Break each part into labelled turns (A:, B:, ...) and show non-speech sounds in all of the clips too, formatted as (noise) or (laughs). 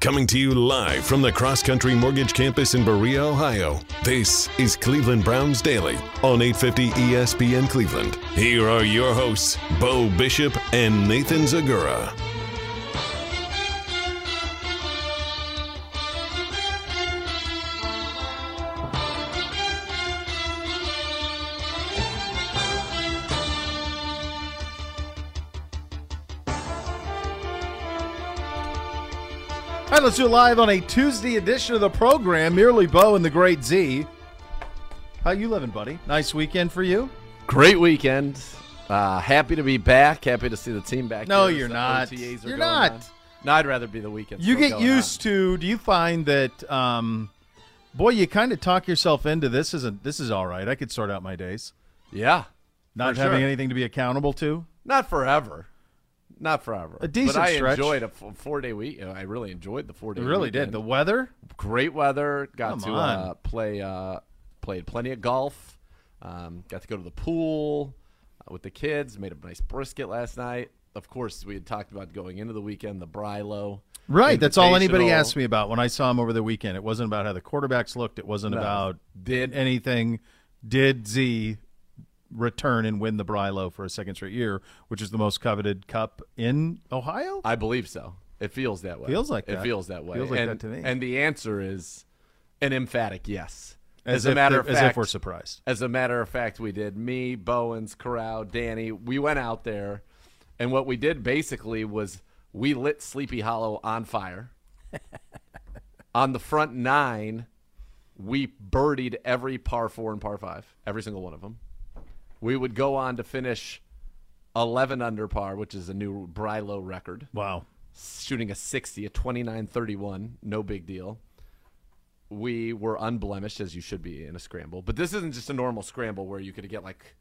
A: Coming to you live from the Cross Country Mortgage Campus in Berea, Ohio. This is Cleveland Browns Daily on E 850 ESPN Cleveland. Here are your hosts, Bo Bishop and Nathan Zagura.
B: All right, let's do it live on a Tuesday edition of the program. Merely Bo and the Great Z. How you living, buddy? Nice weekend for you?
C: Great weekend. Uh, happy to be back. Happy to see the team back.
B: No,
C: here
B: you're
C: as the
B: not.
C: OTAs are
B: You're
C: going
B: not.
C: on. No, I'd rather be the weekend.
B: You get used to. Do you find that, um, boy, you kind of talk yourself into this? Isn't this is all right? I could sort out my days.
C: to. Yeah.
B: Not
C: For
B: having
C: sure.
B: anything to be accountable to.
C: Not forever. Not forever.
B: A decent
C: but I
B: stretch.
C: enjoyed a f- four day week. I really enjoyed the four day.
B: You really did. The weather.
C: great weather. Got
B: Come
C: to
B: on.
C: uh, play. Uh, played plenty of golf. Um, got to go to the pool uh, with the kids. Made a nice brisket last night. Of course, we had talked about going into the weekend. The Brilo.
B: Right. That's all anybody
C: Invitational.
B: asked me about when I saw him over the weekend. It wasn't about how the quarterbacks looked. It wasn't about
C: Did
B: anything. Did Z return and win the Brilo for a second straight year, which is the most coveted cup in Ohio?
C: I believe so. It feels that way.
B: Feels like
C: it
B: that.
C: feels that way.
B: Feels like
C: and,
B: that to me.
C: And the answer is an emphatic yes. As,
B: if
C: a matter of
B: they're-
C: fact,
B: as if we're surprised.
C: as a matter of fact, we did. Me, Bowens, Corral, Danny. We went out there, and what we did basically was we lit Sleepy Hollow
B: (laughs)
C: on fire. on the front nine, we birdied every par four and par five, every single one of them. We would go on to finish 11 under par, which is a new Brilo record
B: Wow.
C: shooting a 60, a 29 31, no big deal. We were unblemished, as you should be in a scramble. But this isn't just a normal scramble where you could get like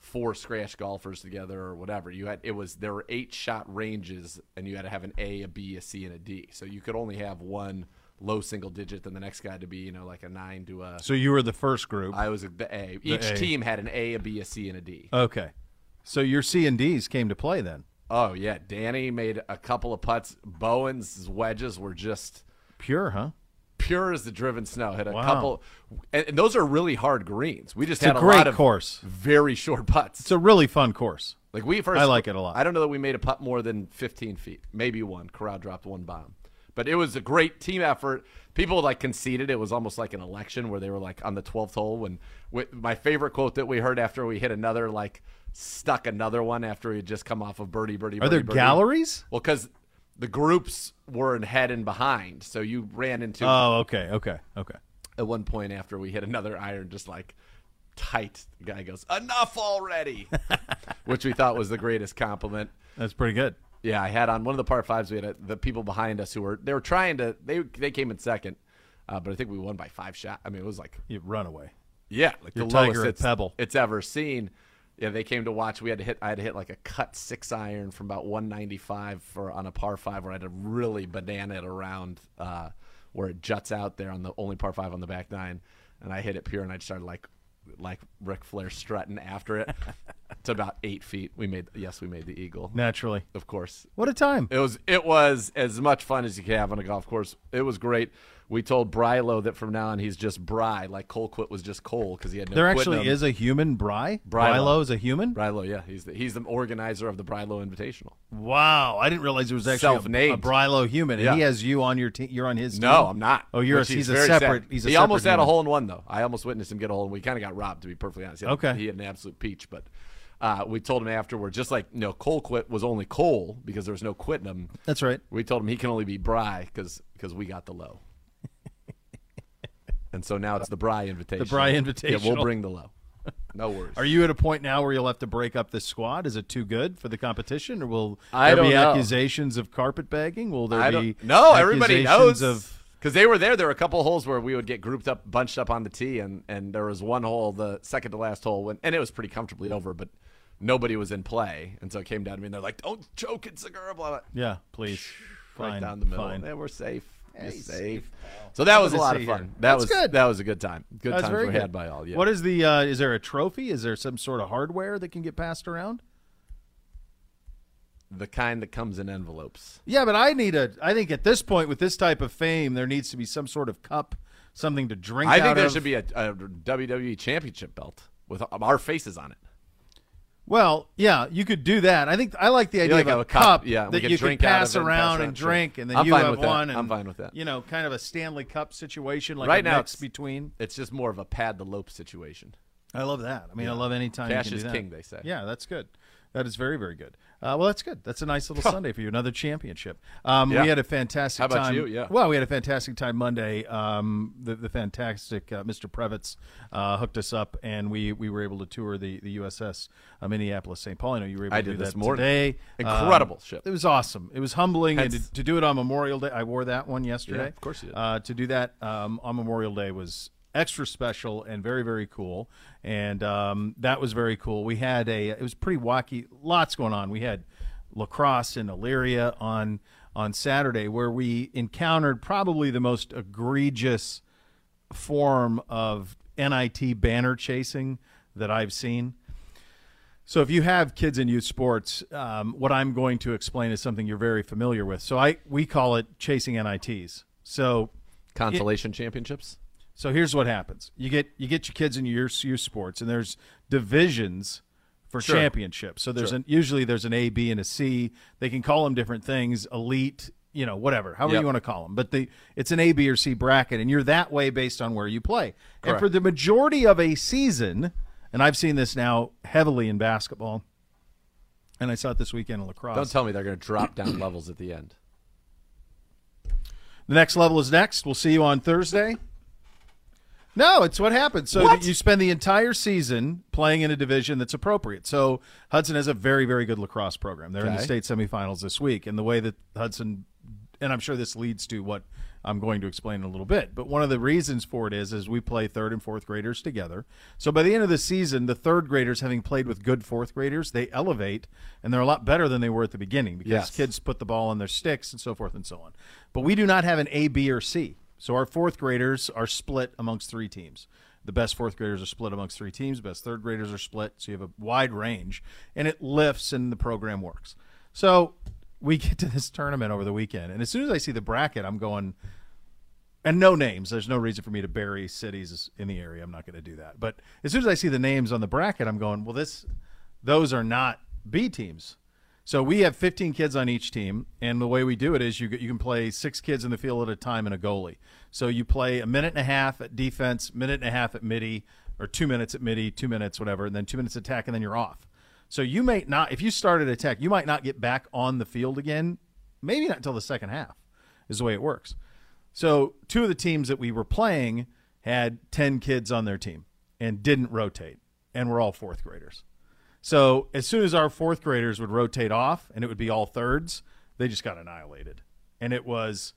C: four scratch golfers together or whatever. You had it was there were eight shot ranges, and you had to have an A, a B, a C, and a D. So you could only have one low single digit, then the next guy had to be you know like a nine to a.
B: So you were the first group.
C: I was a, the A. Each
B: A.
C: team had an A, a B, a C, and a D.
B: okay. So your C and D's came to play then.
C: Oh yeah, Danny made a couple of putts. Bowen's wedges were just.
B: Pure, huh?
C: pure as the driven snow. Had a
B: Wow.
C: couple, and, and those are really hard greens. We just
B: It's
C: had
B: a
C: a,
B: great
C: lot of
B: course.
C: very short putts.
B: It's a really fun course.
C: like we first,
B: I like it a lot.
C: I don't know that we made a putt more than 15 feet, maybe one. Corral dropped one bomb, but it was a great team effort. People like conceded. It was almost like an election where they were like on the 12th hole. When wi- my favorite quote that we heard after we hit another like stuck another one after we had just come off of birdie birdie.
B: Are
C: birdie,
B: there
C: birdie.
B: galleries?
C: Well, because the groups were in head and behind, so you ran into
B: Oh, okay, okay, okay.
C: at one point after we hit another iron, just like tight, the guy goes, "Enough already," which we thought was the greatest compliment.
B: That's pretty good.
C: Yeah, I had on one of the par fives. We had a, the people behind us who were they were trying to they they came in second, uh, but I think we won by five shot. I mean, it was like
B: You run away.
C: yeah, like
B: Your
C: the
B: Tiger
C: lowest
B: at
C: it's,
B: Pebble.
C: it's ever seen. Yeah, they came to watch. We had to hit. I had to hit like a cut six iron from about 195 for on a par five, where I had to really banana it around uh, where it juts out there on the only par five on the back nine, and I hit it pure, and I just started like like Ric Flair strutting after
B: (laughs)
C: it to about eight feet. We made yes, we made the eagle,
B: Naturally.
C: of course.
B: What a time.
C: It was it was as much fun as you could have on a golf course. It was great. We told Brilo that from now on he's just Bry, like Colquitt was just Cole because he had no.
B: There
C: quit in
B: actually
C: him.
B: is a human Bry.
C: Brylo.
B: Brylo is a human.
C: Brilo. Yeah, he's the, he's the organizer of the Brilo Invitational.
B: Wow, I didn't realize there was actually a- a,
C: Self-named.
B: Brilo human, and
C: Yeah.
B: he has you on your team. You're on his team.
C: No, I'm not.
B: Oh, you're a,
C: Which
B: he's a
C: very
B: separate.
C: sad.
B: He's a
C: he almost
B: separate
C: had a
B: human.
C: hole in one though. I almost witnessed him get a hole, and we kind of got robbed to be perfectly honest. He had-
B: Okay.
C: he had an absolute peach, but. Uh, we told him afterward, just like you know, Colquitt was only Cole because there was no quit in him.
B: That's right.
C: We told him he can only be Bry because we got the low. and so now it's the Bry invitation.
B: Bry
C: Yeah,
B: Invitational.
C: we'll bring the low. No worries.
B: Are you at a point now where you'll have to break up this squad? Is it too good for the competition, or will
C: I
B: there
C: don't
B: be
C: know.
B: accusations of carpet bagging? Will there
C: I
B: be
C: don't, no, everybody
B: accusations
C: knows.
B: of
C: because they were there, there were a couple holes where we would get grouped up, bunched up on the tee, and, and there was one hole, the second to last hole, when, and it was pretty comfortably over, but nobody was in play. And so it came down to me, and they're like, don't choke it, Segura, blah, blah.
B: yeah, please,
C: right
B: fine,
C: down the middle.
B: fine.
C: Yeah, we're safe. We're
B: he's
C: safe.
B: safe,
C: So that was a
B: gonna
C: lot
B: sit
C: of fun.
B: here.
C: That
B: That's
C: was
B: good.
C: that was a good time. Good
B: That's
C: times
B: very
C: were
B: good.
C: had by all. Yeah.
B: What is the? Uh, is there a trophy? Is there some sort of hardware that can get passed around?
C: the kind that comes in envelopes.
B: Yeah, but I need a. I think at this point, with this type of fame, there needs to be some sort of cup, something to drink.
C: I think
B: out
C: there
B: of.
C: should be a, a WWE championship belt with our faces on it.
B: Well, yeah, you could do that. I think I like the idea
C: like
B: of
C: have
B: a,
C: a cup, yeah, we
B: that
C: could
B: you
C: drink
B: could
C: out of
B: pass
C: it and pass
B: around
C: around,
B: and
C: sure.
B: drink, and then
C: I'm
B: you
C: fine
B: have
C: with that.
B: one.
C: I'm
B: and,
C: fine with that.
B: You know, kind of a Stanley Cup situation, like
C: Right
B: a
C: now
B: mix
C: it's-
B: between.
C: It's just more of a pad the lope situation.
B: I love that. I mean, I love any time
C: Cash
B: you can
C: is
B: do that.
C: king, they say.
B: Yeah, that's good. That is very, very good. Uh, well, that's good. That's a nice
C: (laughs)
B: little Sunday for you. Another championship. Um,
C: Yeah.
B: We had a fantastic
C: How about
B: time.
C: you? Yeah.
B: Well, we had a fantastic time Monday. Um, the, the fantastic uh, Mr. Previtz uh, hooked us up, and we, we were able to tour the, the USS uh, Minneapolis St. Paul. I know you were able
C: I
B: to
C: did
B: do
C: this
B: that
C: morning.
B: today. Um,
C: Incredible ship.
B: It was awesome. It was humbling, and
C: Hence-
B: to, to do it on Memorial Day, I wore that one yesterday.
C: Yeah, of course you did.
B: Uh, to do that um, on Memorial Day was extra special and very very cool, and um, that was very cool. We had a it was pretty wacky. Lots going on. We had lacrosse in Illyria on on Saturday, where we encountered probably the most egregious form of NIT banner chasing that I've seen. So, if you have kids in youth sports, um, what I'm going to explain is something you're very familiar with. So, I we call it chasing NITs. So,
C: Consolation championships.
B: so here's what happens: you get you get your kids in your youth sports, and there's divisions for championships. So there's an usually there's an A, B, and a C. They can call them different things: elite, you know, whatever, however
C: Yep.
B: you want to call them. But the it's an A, B, or C bracket, and you're that way based on where you play. And for the majority of a season, and I've seen this now heavily in basketball, and I saw it this weekend in lacrosse.
C: Don't tell me they're going to
B: (coughs)
C: drop down levels at the end.
B: The next level is next. We'll see you on Thursday. No, it's what happens. So that you spend the entire season playing in a division that's appropriate. So Hudson has a very, very good lacrosse program. They're in the
C: Okay.
B: state semifinals this week, and the way that Hudson, and I'm sure this leads to what I'm going to explain in a little bit. But one of the reasons for it is is we play third and fourth graders together. So by the end of the season, the third graders, having played with good fourth graders, they elevate and they're a lot better than they were at the beginning because
C: Yes.
B: kids put the ball on their sticks and so forth and so on. But we do not have an A, B, or C. So our fourth graders are split amongst three teams. The best fourth graders are split amongst three teams. Best third graders are split. So you have a wide range, and it lifts, and the program works. So we (laughs) get to this tournament over the weekend, and as soon as I see the bracket, I'm going, and no names. There's no reason for me to bury cities in the area. I'm not going to do that. But as soon as I see the names on the bracket, I'm going, well, this, those are not B teams. So we have 15 kids on each team, and the way we do it is you you can play six kids in the field at a time and a goalie. So you play a minute and a half at defense, minute and a half at midi, or two minutes at midi, two minutes whatever, and then two minutes attack, and then you're off. So you may not, if you started attack, you might not get back on the field again, maybe not until the second half, is the way it works. So two of the teams that we were playing had 10 kids on their team and didn't rotate, and were all fourth graders. So as soon as our fourth graders would rotate off and it would be all thirds, they just got annihilated. And it was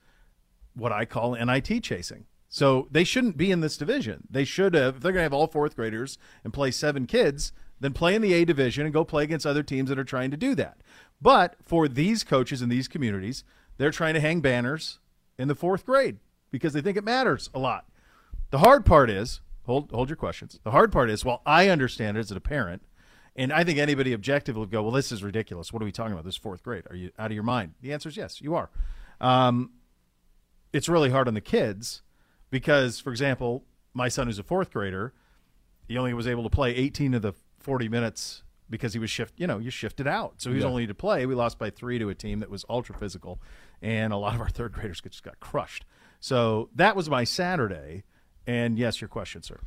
B: what I call NIT chasing. So they shouldn't be in this division. They should have, if they're going to have all fourth graders and play seven kids, then play in the A division and go play against other teams that are trying to do that. But for these coaches in these communities, they're trying to hang banners in the fourth grade because they think it matters a lot. The hard part is hold hold your questions. The hard part is, well, I understand it as a parent, and I think anybody objective would go, well, this is ridiculous. What are we talking about? This is fourth grade? Are you out of your mind? The answer is yes, you are. Um, it's really hard on the kids because, for example, my son who's a fourth grader, he only was able to play 18 of the 40 minutes because he was shift you know you shifted out so he was only to play we lost by three to a team that was ultra physical and a lot of our third graders just got crushed so that was my saturday and yes your question sir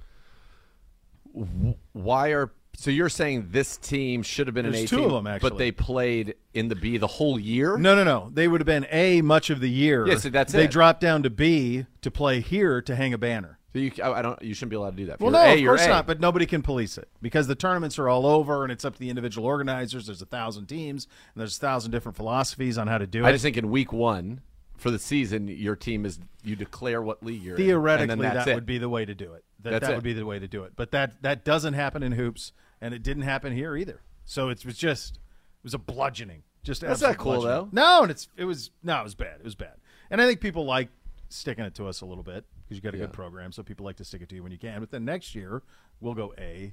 C: Why are so you're saying this team should have been an A
B: There's two
C: team,
B: of them, actually.
C: but they played in the B the whole year?
B: no no no they would have been a much of the year
C: Yeah, so that's
B: they
C: it.
B: dropped down to b to play here to hang a banner
C: So you, I I don't. You shouldn't be allowed to do that. If
B: Well,
C: you're
B: no,
C: A,
B: of
C: you're
B: course
C: A.
B: not. But nobody can police it because the tournaments are all over, and it's up to the individual organizers. There's a thousand teams, and there's a thousand different philosophies on how to do
C: I
B: it.
C: just think in week one for the season, your team is you declare what league you're in, and then
B: Theoretically,
C: that's
B: that
C: it.
B: would be the way to do it. That
C: That's
B: that
C: it.
B: would be the way to do it. But that that doesn't happen in hoops, and it didn't happen here either. So it was just it was a bludgeoning. Just
C: That's not
B: absolute
C: cool,
B: bludgeoning.
C: though.
B: No, and it's it was no, it was bad. It was bad. And I think people like sticking it to us a little bit because you got a good program, so people like to stick it to you when you can. But then next year we'll go A,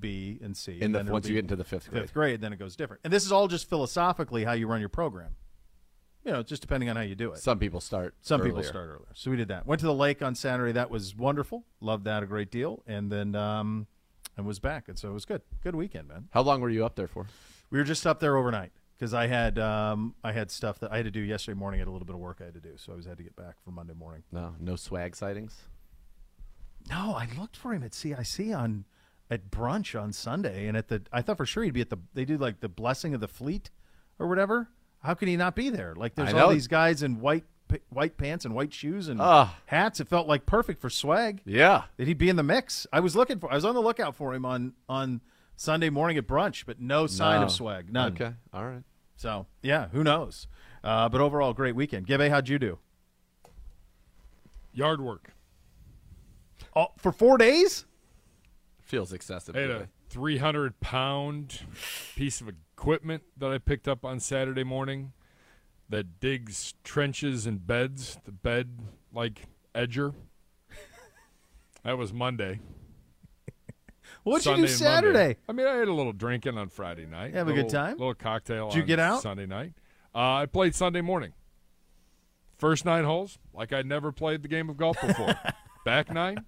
B: B, and C.
C: in
B: and
C: the
B: then it'll
C: once you
B: be-
C: get into the fifth grade.
B: fifth grade, then it goes different. And this is all just philosophically how you run your program. You know, just depending on how you do it.
C: Some people start.
B: Some people
C: earlier.
B: start earlier. So we did that. Went to the lake on Saturday. That was wonderful. Loved that a great deal. And then um and was back. And so it was good. Good weekend, man.
C: How long were you up there for?
B: We were just up there overnight because I had um I had stuff that I had to do yesterday morning. I had a little bit of work I had to do. So I was had to get back for Monday morning.
C: No, no swag sightings.
B: No, I looked for him at CIC on at brunch on Sunday, and at the I thought for sure he'd be at the they do like the blessing of the fleet or whatever. How can he not be there? Like there's
C: I
B: all
C: know.
B: these guys in white p- white pants and white shoes and
C: Ah.
B: hats. It felt like perfect for swag
C: Yeah,
B: that he'd be in the mix. I was looking for I was on the lookout for him on on Sunday morning at brunch, but no sign
C: No.
B: of swag, none.
C: Okay, all right.
B: So yeah, who knows? Uh, but overall, great weekend. Gibbe, how'd you do?
D: Yard work.
B: Oh, for four days?
C: Feels excessive.
D: I had
C: to me.
D: a 300 pound piece of equipment that I picked up on Saturday morning that digs trenches and beds, the bed like edger. That was Monday.
B: What'd
D: Sunday
B: you do
D: and Monday.
B: Saturday?
D: I mean, I had a little drinking on Friday night.
B: Have a good
D: little-
B: time?
D: Little cocktail.
B: Did you
D: on
B: get out?
D: Sunday night? Uh, I played Sunday morning. First nine holes, like I'd never played the game of golf
B: (laughs)
D: before. Back nine,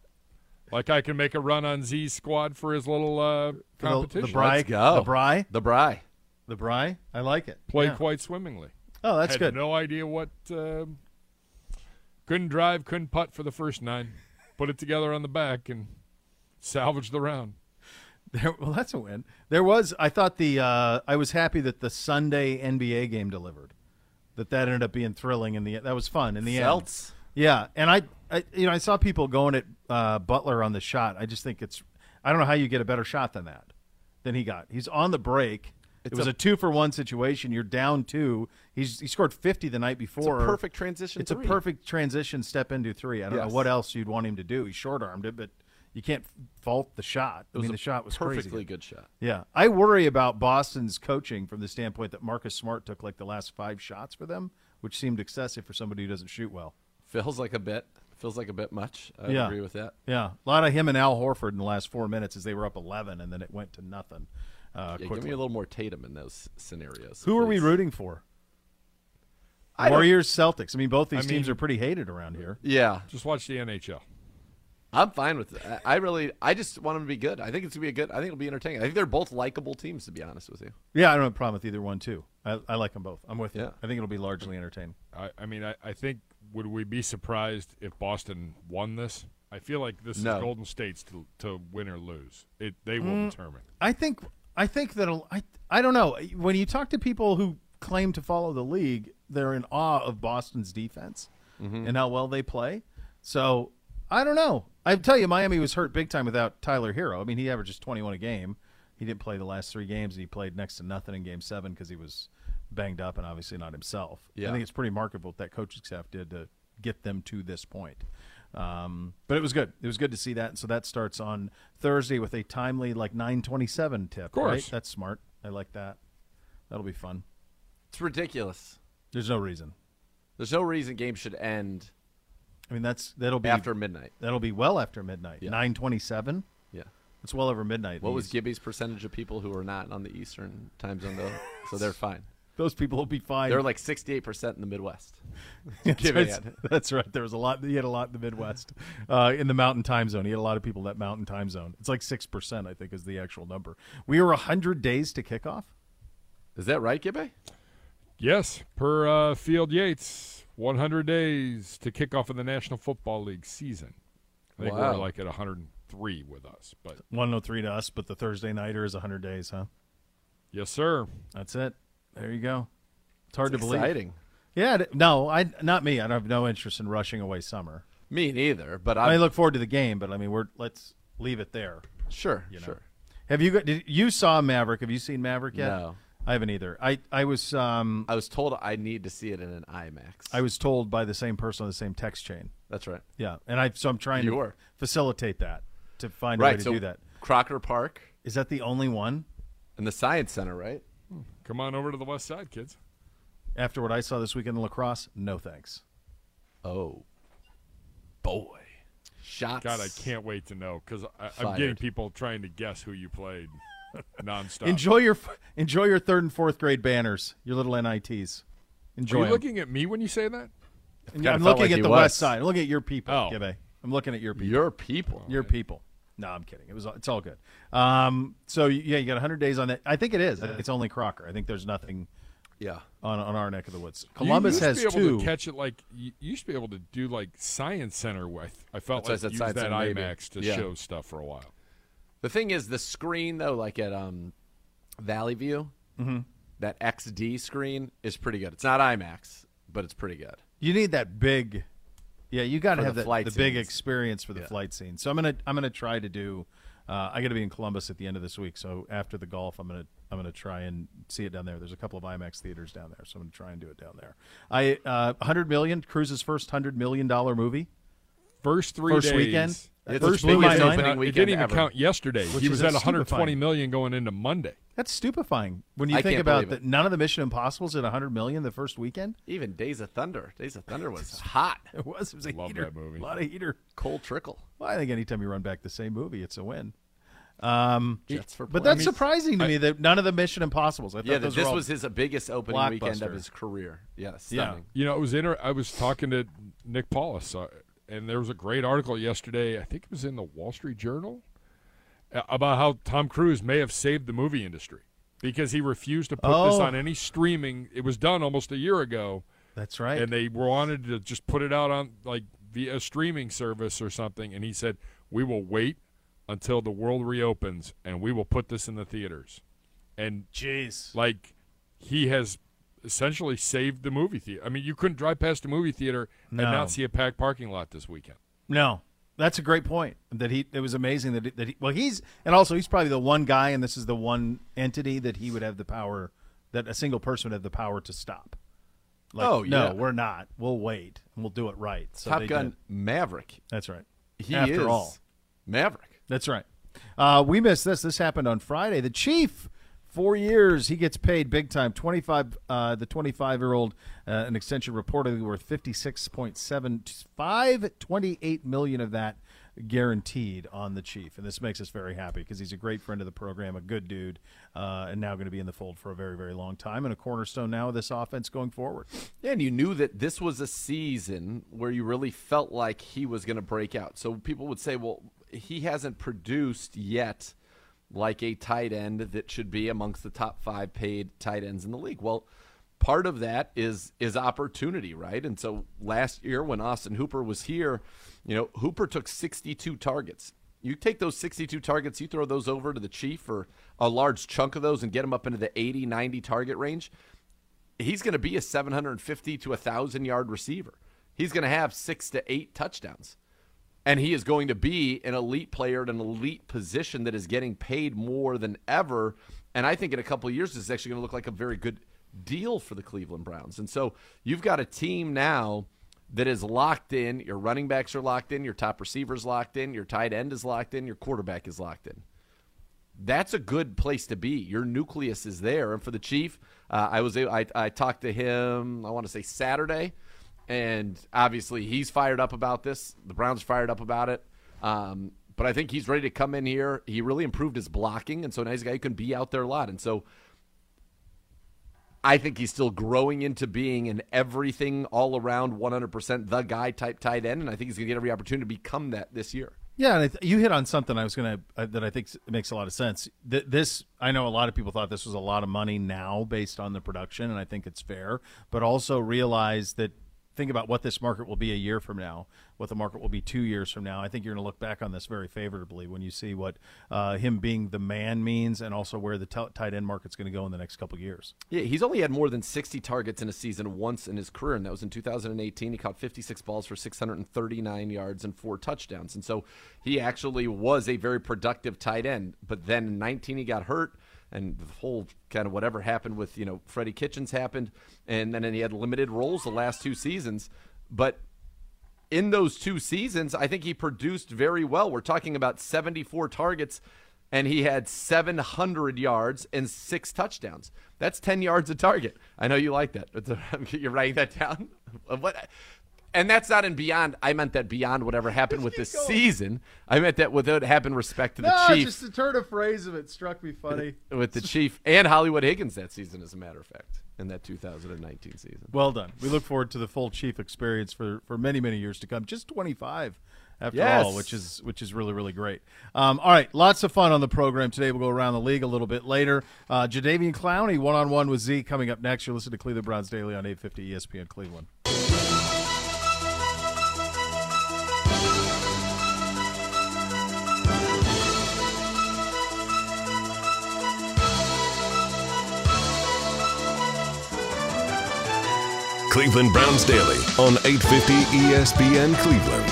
D: like I can make a run on Z's squad for his little uh,
B: The-
D: competition.
B: The, Bry,
C: Let's go.
B: the Bry,
C: the Bry.
B: the Bry. I like it.
D: Played
B: Yeah.
D: quite swimmingly.
B: Oh, that's
D: Had
B: good.
D: No idea what. um couldn't drive, couldn't putt for the first nine. Put it together on the back and salvaged the round.
B: There- well, that's a win. There was. I thought the. Uh, I was happy that the Sunday NBA game delivered. That that ended up being thrilling in the. That was fun in the end.
C: Celts.
B: Yeah, and I, I, you know, I saw people going at uh, Butler on the shot. I just think it's. I don't know how you get a better shot than that, than he got. He's on the break. it
C: It's
B: was a,
C: a-
B: two for one situation. You're down two. He's he scored fifty the night
C: It's a
B: before.
C: perfect transition.
B: It's a
C: three.
B: perfect transition step into three. I don't
C: Yes.
B: know what else you'd want him to do. He short armed it, but you can't fault the shot. I mean,
C: a
B: the shot was
C: perfectly
B: crazy.
C: good shot.
B: Yeah, I worry about Boston's coaching from the standpoint that Marcus Smart took like the last five shots for them, which seemed excessive for somebody who doesn't shoot well.
C: Feels like a bit. Feels like a bit much. I
B: Yeah.
C: agree with that.
B: Yeah, a lot of him and Al Horford in the last four minutes as they were up eleven, and then it went to nothing. Uh,
C: Yeah, give
B: quickly.
C: me a little more Tatum in those scenarios.
B: Who are we
C: please.
B: rooting for?
C: I don't-
B: Warriors, Celtics. I mean, both these
D: I
B: teams
D: mean-
B: are pretty hated around here.
C: Yeah,
D: Just watch the NHL.
C: I'm fine with that. I I really, I just want them to be good. I think it's gonna be a good. I think it'll be entertaining. I think they're both likable teams, to be honest with you.
B: Yeah, I don't have a problem with either one too. I, I like them both. I'm with you.
C: Yeah.
B: I think it'll be largely entertaining.
D: I, I mean, I, I think would we be surprised if Boston won this? I feel like this
C: No.
D: is Golden State's to, to win or lose. It they will determine.
B: I think I think that a- I I don't know when you talk to people who claim to follow the league, they're in awe of Boston's defense and how well they play. So I don't know. I tell you, Miami was hurt big time without Tyler Hero. I mean, he averages 21 a game. He didn't play the last three games, and he played next to nothing in Game Seven because he was banged up and obviously not himself. I
C: Yeah.
B: think it's pretty remarkable what that coaching staff did to get them to this point. Um, but it was good. It was good to see that. So that starts on Thursday with a timely like 9:27 tip. Of
D: course.
B: that's smart. I like that. That'll be fun.
C: It's ridiculous.
B: There's no reason.
C: There's no reason games should end
B: I mean, that's that'll be
C: after midnight.
B: that'll be well after midnight.
C: Yeah.
B: 9:27.
C: Yeah.
B: It's well over midnight.
C: What was
B: These-
C: Gibby's percentage of people who are not on the Eastern time zone (laughs) though? so they're fine.
B: those people will be fine.
C: They're like 68% in the Midwest.
B: (laughs)
C: Gibby
B: that's,
C: had.
B: that's right. There was a lot. He had a lot in the Midwest, uh, in the Mountain Time Zone. He had a lot of people in that Mountain Time Zone. It's like six percent, I think, is the actual number. We were hundred days to kickoff.
C: Is that right, Gibby?
D: Yes, per uh, Field Yates, 100 days to kick off in the National Football League season. I think we're
C: Wow.
D: like at 103 with us, but
B: One hundred three to us, but the Thursday nighter is hundred days, huh?
D: yes, sir.
B: That's it. There you go. It's hard to believe.
C: Exciting.
B: Yeah. it- No, I not me. I have no interest in rushing away summer.
C: Me neither, but
B: I
C: I'm
B: mean, I look forward to the game, but I mean, we're let's leave it there.
C: sure,
B: know.
C: sure.
B: Have you got? Did, you saw Maverick? Have you seen Maverick yet?
C: No.
B: I haven't either. I I was um
C: I was told I need to see it in an IMAX.
B: I was told by the same person on the same text chain.
C: That's right.
B: Yeah, and I so I'm trying
C: You
B: to
C: were.
B: facilitate that to find a way
C: right,
B: to
C: so
B: do that.
C: Crocker Park
B: Is that the only one?
C: and the Science Center, right?
D: Come on over to the West Side, kids.
B: After what I saw this weekend in lacrosse, no thanks.
C: Oh. Boy. Shots.
D: God, I can't wait to know because I'm
C: Fired.
D: getting people trying to guess who
C: (laughs)
D: you played nonstop.
B: Enjoy your f- enjoy your third and fourth grade banners, your little nits. Enjoy.
D: Are you
B: 'em.
D: looking at me when you say that?
B: And
C: Kinda
B: I'm
C: felt
B: looking
C: like
B: at
C: he
B: the
C: was.
B: west side. I'm looking at your people,
D: Oh.
B: Gibbe. I'm looking at your people.
C: Your people.
B: your people. No, I'm kidding. It was it's all good. Um, so yeah, you got 100 days on that. I think it is. It's only Crocker. I think there's nothing
C: yeah.
B: on on our neck of the woods.
D: You
B: Columbus
D: used to
B: has
D: be able
B: two.
D: To catch it like you you used to be able to do like Science Center with. I felt
C: That's why I
D: like
C: said
D: used
C: Science
D: that
C: Center maybe.
D: IMAX to
C: Yeah.
D: show stuff for a while.
C: The thing is, the screen though, like at um, Valley View,
B: Mm-hmm.
C: that XD screen is pretty good. It's not IMAX, but it's pretty good.
B: you need that big. Yeah, you got to
C: For
B: have
C: the
B: that,
C: flight
B: the big
C: scenes.
B: experience for the flight scene. So I'm gonna I'm gonna try to do. Uh, I got to be in Columbus at the end of this week. So after the golf, I'm gonna I'm gonna try and see it down there. There's a couple of IMAX theaters down there, so I'm gonna try and do it down there. I uh, 100 million Cruise's first 100 million dollar movie.
D: First three
B: First
D: days,
B: weekend?
D: That
B: It's
D: first
B: the biggest
D: weekend,
C: opening
D: uh, it
C: weekend
D: didn't even
C: ever.
D: count yesterday.
B: Which
D: he was
B: is
D: at
B: a
D: 120
B: stupefying-
D: million going into Monday.
B: That's stupefying when you
C: I
B: think
C: can't
B: about
C: believe
B: that.
C: it.
B: None of the Mission Impossible's at 100 million the first weekend. (laughs)
C: Even Days of Thunder. Days of Thunder (laughs) was hot.
B: It was. It was a
D: Love
B: heater.
D: that movie.
B: A lot of heater.
C: Cold trickle.
B: Well, I think anytime you run back the same movie, it's a win. Um,
C: Jets for
B: but
C: play.
B: that's surprising to me that none of the Mission Impossibles. I thought
C: Yeah, that
B: those
C: this
B: were all-
C: was his biggest opening weekend
B: Blockbuster.
C: of his career. Yeah,
B: Yeah.
C: stunning.
D: You know, it was inter- I was talking to Nick Paulus, uh, and there was a great article yesterday. I think it was in the Wall Street Journal uh, about how Tom Cruise may have saved the movie industry because he refused to put this
B: Oh.
D: on any streaming. It was done almost a year ago,
B: That's right.
D: and they wanted to just put it out on like via a streaming service or something. And he said, "We will wait until the world reopens, and we will put this in the theaters." And
B: Jeez.
D: like he has essentially saved the movie theater. I mean, you couldn't drive past a movie theater
B: No.
D: and not see a packed parking lot this weekend.
B: No, that's a great point. That he. It was amazing that he, that he. Well, he's and also he's probably the one guy, and this is the one entity that he would have the power that a single person would have the power to stop. Like,
C: Oh,
B: no,
C: yeah.
B: we're not. We'll wait and we'll do it right. So
C: Top
B: they
C: Gun
B: did.
C: Maverick.
B: That's right.
C: He
B: After
C: is
B: all,
C: Maverick.
B: That's right. Uh, we missed this. This happened on Friday. The chief, four years, he gets paid big time. Twenty five, uh, the twenty five year old, uh, an extension reportedly worth fifty six point seven five twenty eight million of that guaranteed on the chief, and this makes us very happy because he's a great friend of the program, a good dude, uh, and now going to be in the fold for a very very long time and a cornerstone now of this offense going forward.
C: Yeah, and you knew that this was a season where you really felt like he was going to break out. So people would say, well, he hasn't produced yet like a tight end that should be amongst the top five paid tight ends in the league. Well, part of that is is opportunity, right? And so last year when Austin Hooper was here, you know, Hooper took 62 targets. You take those 62 targets, you throw those over to the Chief or a large chunk of those and get them up into the 80, 90 target range he's going to be a 750 to a 1,000 yard receiver. He's going to have six to eight touchdowns. And he is going to be an elite player at an elite position that is getting paid more than ever. And I think in a couple of years, this is actually going to look like a very good deal for the Cleveland Browns. And so you've got a team now that is locked in. Your running backs are locked in. Your top receivers locked in. Your tight end is locked in. Your quarterback is locked in that's a good place to be. Your nucleus is there, and for the chief, uh, I was I, I talked to him. I want to say Saturday, and obviously he's fired up about this. The Browns are fired up about it, um, but I think he's ready to come in here. He really improved his blocking, and so now he's a guy who can be out there a lot, and so. I think he's still growing into being an everything all around 100% the guy type tight end, and I think he's going to get every opportunity to become that this year.
B: Yeah, and I th- you hit on something I was gonna uh, that I think s- makes a lot of sense. Th- this I know a lot of people thought this was a lot of money now based on the production, and I think it's fair. But also realize that think about what this market will be a year from now, what the market will be two years from now. I think you're gonna look back on this very favorably when you see what uh, him being the man means, and also where the t- tight end market's gonna go in the next couple years.
C: Yeah, he's only had more than 60 targets in a season once in his career, and that was in 2018. He caught 56 balls for 639 yards and four touchdowns. And so he actually was a very productive tight end. But then in 19, he got hurt, and the whole kind of whatever happened with, you know, Freddie Kitchens happened. And then he had limited roles the last two seasons. But in those two seasons, I think he produced very well. We're talking about 74 targets, and he had 700 yards and six touchdowns. (laughs) That's 10 yards a target. I know you like that. That's- You're writing that down. (laughs) What? and that's not in beyond. I meant that beyond whatever happened with this season. I meant that without having respect to the
B: No,
C: Chiefs,
B: Ah, just the turn of phrase of it struck me funny. (laughs)
C: with the Chief and Hollywood Higgins that season, as a matter of fact, in that 2019 season.
B: Well done. We look forward to the full chief experience for, for many many years to come. Just 25 after
C: Yes.
B: all, which is which is really really great. Um, all right, lots of fun on the program today. We'll go around the league a little bit later. Uh, Jadavian Clowney one on one with Z coming up next. You're listening to Cleveland Browns Daily on E 850 ESPN Cleveland.
A: Cleveland Browns Daily on E 850 ESPN Cleveland.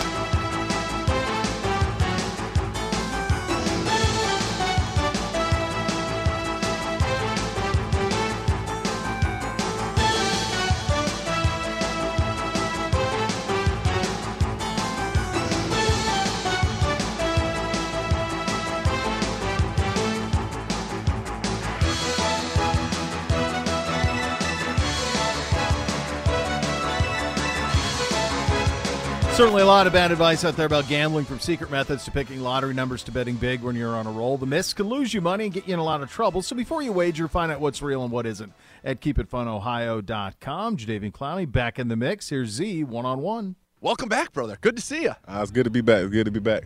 B: Certainly a lot of bad advice out there about gambling from secret methods to picking lottery numbers to betting big when you're on a roll. The miss can lose you money and get you in a lot of trouble. So before you wager, find out what's real and what isn't at keepitfunohio.com. Jadavian Clowney back in the mix. Here's Z one on one.
C: Welcome back, brother. Good to see you.
E: Uh, it's good to be back. It's good to be back.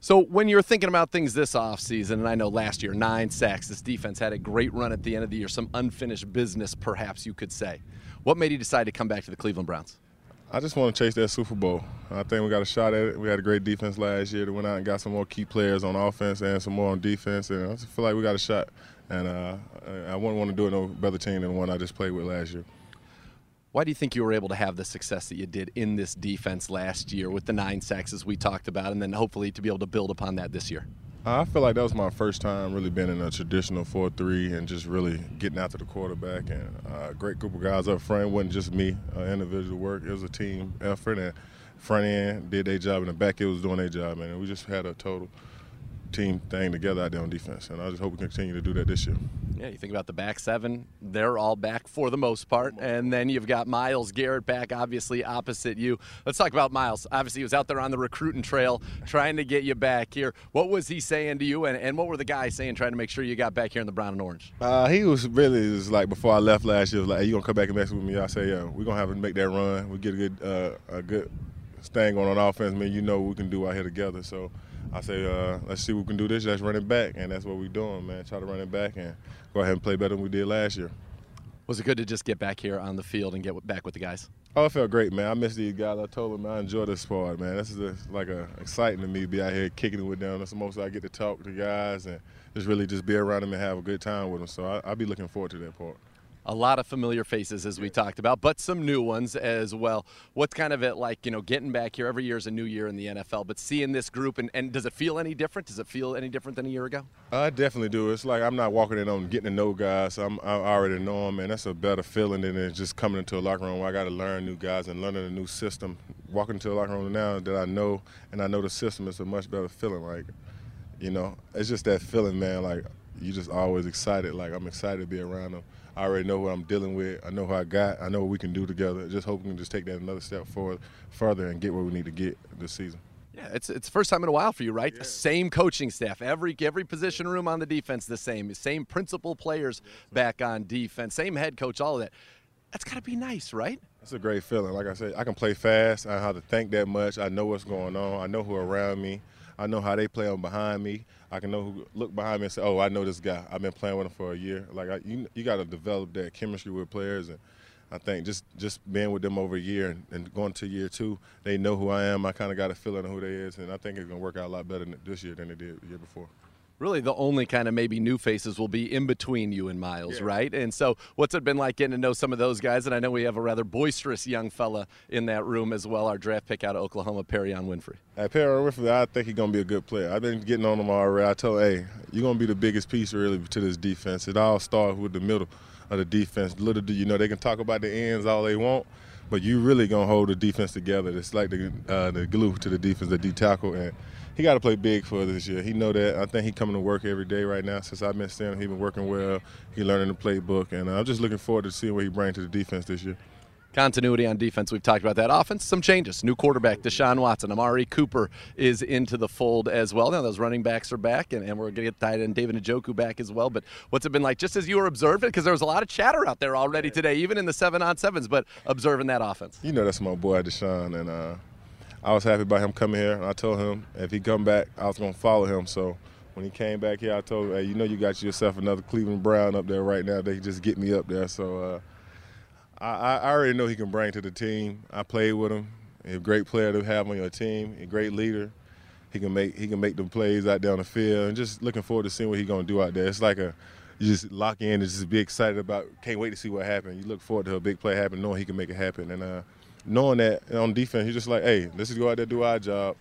C: So when you're thinking about things this offseason, and I know last year, nine sacks, this defense had a great run at the end of the year, some unfinished business, perhaps you could say. What made you decide to come back to the Cleveland Browns?
E: I just want to chase that Super Bowl. I think we got a shot at it. We had a great defense last year that went out and got some more key players on offense and some more on defense, and I just feel like we got a shot. And uh, I- I wouldn't want to do it no better team than the one I just played with last year.
C: Why do you think you were able to have the success that you did in this defense last year with the nine sacks as we talked about, and then hopefully to be able to build upon that this year?
E: I feel like that was my first time really being in a traditional 4 3 and just really getting after the quarterback. And uh, a great group of guys up front. It wasn't just me, uh, individual work. It was a team effort. And front end did their job, and the back end was doing their job. And we just had a total team thing together out there on defense. And I just hope we continue to do that this year.
C: Yeah, you think about the back seven, they're all back for the most part. And then you've got Miles Garrett back, obviously, opposite you. Let's talk about Miles. Obviously, he was out there on the recruiting trail trying to get you back here. What was he saying to you, and, and what were the guys saying trying to make sure you got back here in the brown and orange?
E: Uh, he was really just like before I left last year. Was like, hey, you gonna come back and mess with me? I say, yeah, we're gonna have to make that run. We get a good, uh, a good thing going on offense. Man, you know what we can do out here together. So I say, uh, let's see what we can do this. year. Let's run it back, and that's what we're doing, man. Try to run it back and go ahead and play better than we did last year.
C: Was it good to just get back here on the field and get w- back with the guys?
E: Oh, it felt great, man. I miss these guys. I told them I enjoy this part, man. This is just like a exciting to me to be out here kicking it with them. That's the most I get to talk to guys and just really just be around them and have a good time with them. So I, I'll be looking forward to that part.
C: A lot of familiar faces, as we talked about, but some new ones as well. What's kind of it like, you know, getting back here? Every year is a new year in the NFL, but seeing this group, and, and does it feel any different? Does it feel any different than a year ago?
E: I definitely do. It's like I'm not walking in on getting to know guys. I'm, I already know them, and that's a better feeling than it's just coming into a locker room where I got to learn new guys and learning a new system. Walking into a locker room now that I know and I know the system is a much better feeling. Like, you know, it's just that feeling, man. Like, you just always excited. Like, I'm excited to be around them. I already know what I'm dealing with. I know who I got. I know what we can do together. Just hope we can just take that another step forward, further, and get where we need to get this season.
C: Yeah, it's it's the first time in a while for you, right? Same coaching staff, every every position room on the defense the same, same principal players back on defense, same head coach, all of that. That's got to be nice, right?
E: It's a great feeling. Like I said, I can play fast. I don't have to think that much. I know what's going on. I know who around me. I know how they play on behind me. I can know who look behind me and say, "Oh, I know this guy. I've been playing with him for a year." Like I, you, you got to develop that chemistry with players, and I think just just being with them over a year and, and going to year two, they know who I am. I kind of got a feeling of who they is, and I think it's gonna work out a lot better this year than it did the year before.
C: Really, the only kind of maybe new faces will be in between you and Miles, right? And so, what's it been like getting to know some of those guys? And I know we have a rather boisterous young fella in that room as well, our draft pick out of Oklahoma, Perion Winfrey.
E: At Perry Winfrey, I think he's gonna be a good player. I've been getting on him already. I told him, hey, you're gonna be the biggest piece really to this defense. It all starts with the middle of the defense. Little do you know, they can talk about the ends all they want, but you really gonna hold the defense together. It's like the uh, the glue to the defense, the D tackle, and he got to play big for this year. He know that. I think he coming to work every day right now. Since I've been seeing him, he been working well. He learning the playbook, and I'm just looking forward to seeing what he brings to the defense this year.
C: Continuity on defense, we've talked about that. Offense, some changes. New quarterback, Deshaun Watson. Amari Cooper is into the fold as well. Now, those running backs are back, and, and we're going to get tight end David Njoku back as well. But what's it been like just as you were observing? Because there was a lot of chatter out there already today, even in the seven on sevens, but observing that offense.
E: You know that's my boy Deshaun, and uh, I was happy about him coming here. And I told him if he come back, I was gonna follow him. So when he came back here, I told him, hey, you know you got yourself another Cleveland Brown up there right now. They can just get me up there. So uh, I, I I already know he can bring to the team. I played with him. He's a great player to have on your team. A great leader. He can make he can make the plays out there on the field. And just looking forward to seeing what he's gonna do out there. It's like a you just lock in and just be excited about. Can't wait to see what happens. You look forward to a big play happen, knowing he can make it happen. And uh, knowing that on defense, you're just like, hey, let's just go out there do our job,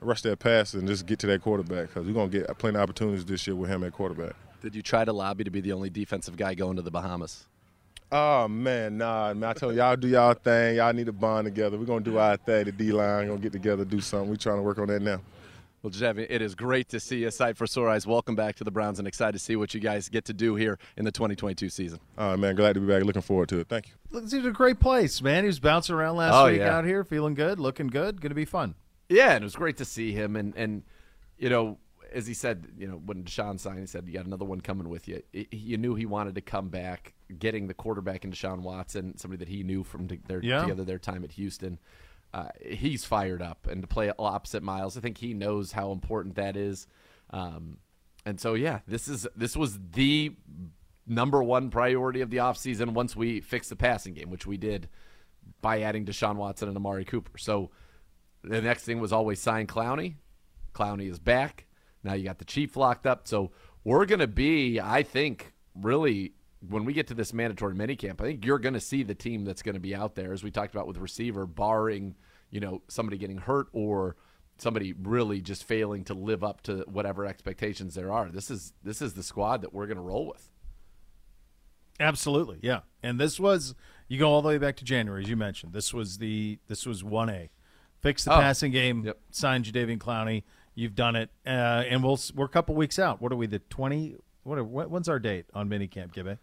E: rush that pass, and just get to that quarterback because we're gonna get plenty of opportunities this year with him at quarterback.
C: Did you try to lobby to be the only defensive guy going to the Bahamas?
E: Oh man, nah, man. I tell you, y'all do y'all thing. Y'all need to bond together. We're gonna do our thing. The D line gonna get together, do something. We trying to work on that now.
C: Well, Jevin, it is great to see you. Sight for sore eyes. Welcome back to the Browns, and excited to see what you guys get to do here in the 2022 season.
E: All right, man. Glad to be back. Looking forward to it. Thank you.
B: Look, this is a great place, man. He was bouncing around last
C: Oh,
B: week
C: yeah.
B: out here, feeling good, looking good. Going to be fun.
C: Yeah, and it was great to see him. And and you know, as he said, you know, when Deshaun signed, he said, "You got another one coming with you." I you knew he wanted to come back, getting the quarterback in Deshaun Watson, somebody that he knew from t- their
B: Yeah.
C: together their time at Houston. Uh, he's fired up, and to play opposite Miles, I think he knows how important that is. Um, and so, yeah, this is this was the number one priority of the offseason once we fixed the passing game, which we did by adding Deshaun Watson and Amari Cooper. So the next thing was always sign Clowney. Clowney is back. Now you got the Chief locked up. So we're going to be, I think, really, when we get to this mandatory minicamp, I think you're going to see the team that's going to be out there, as we talked about with receiver, barring, you know, somebody getting hurt or somebody really just failing to live up to whatever expectations there are. This is this is the squad that we're going to roll with.
B: Absolutely, yeah. And this was you go all the way back to January, as you mentioned. This was the this was one A, fix the
C: Oh,
B: passing game,
C: yep.
B: sign Jadavian Clowney. You've done it, uh, and we'll s- we're a couple weeks out. What are we? The twenty? What? Are, wh- when's our date on minicamp, Gibby?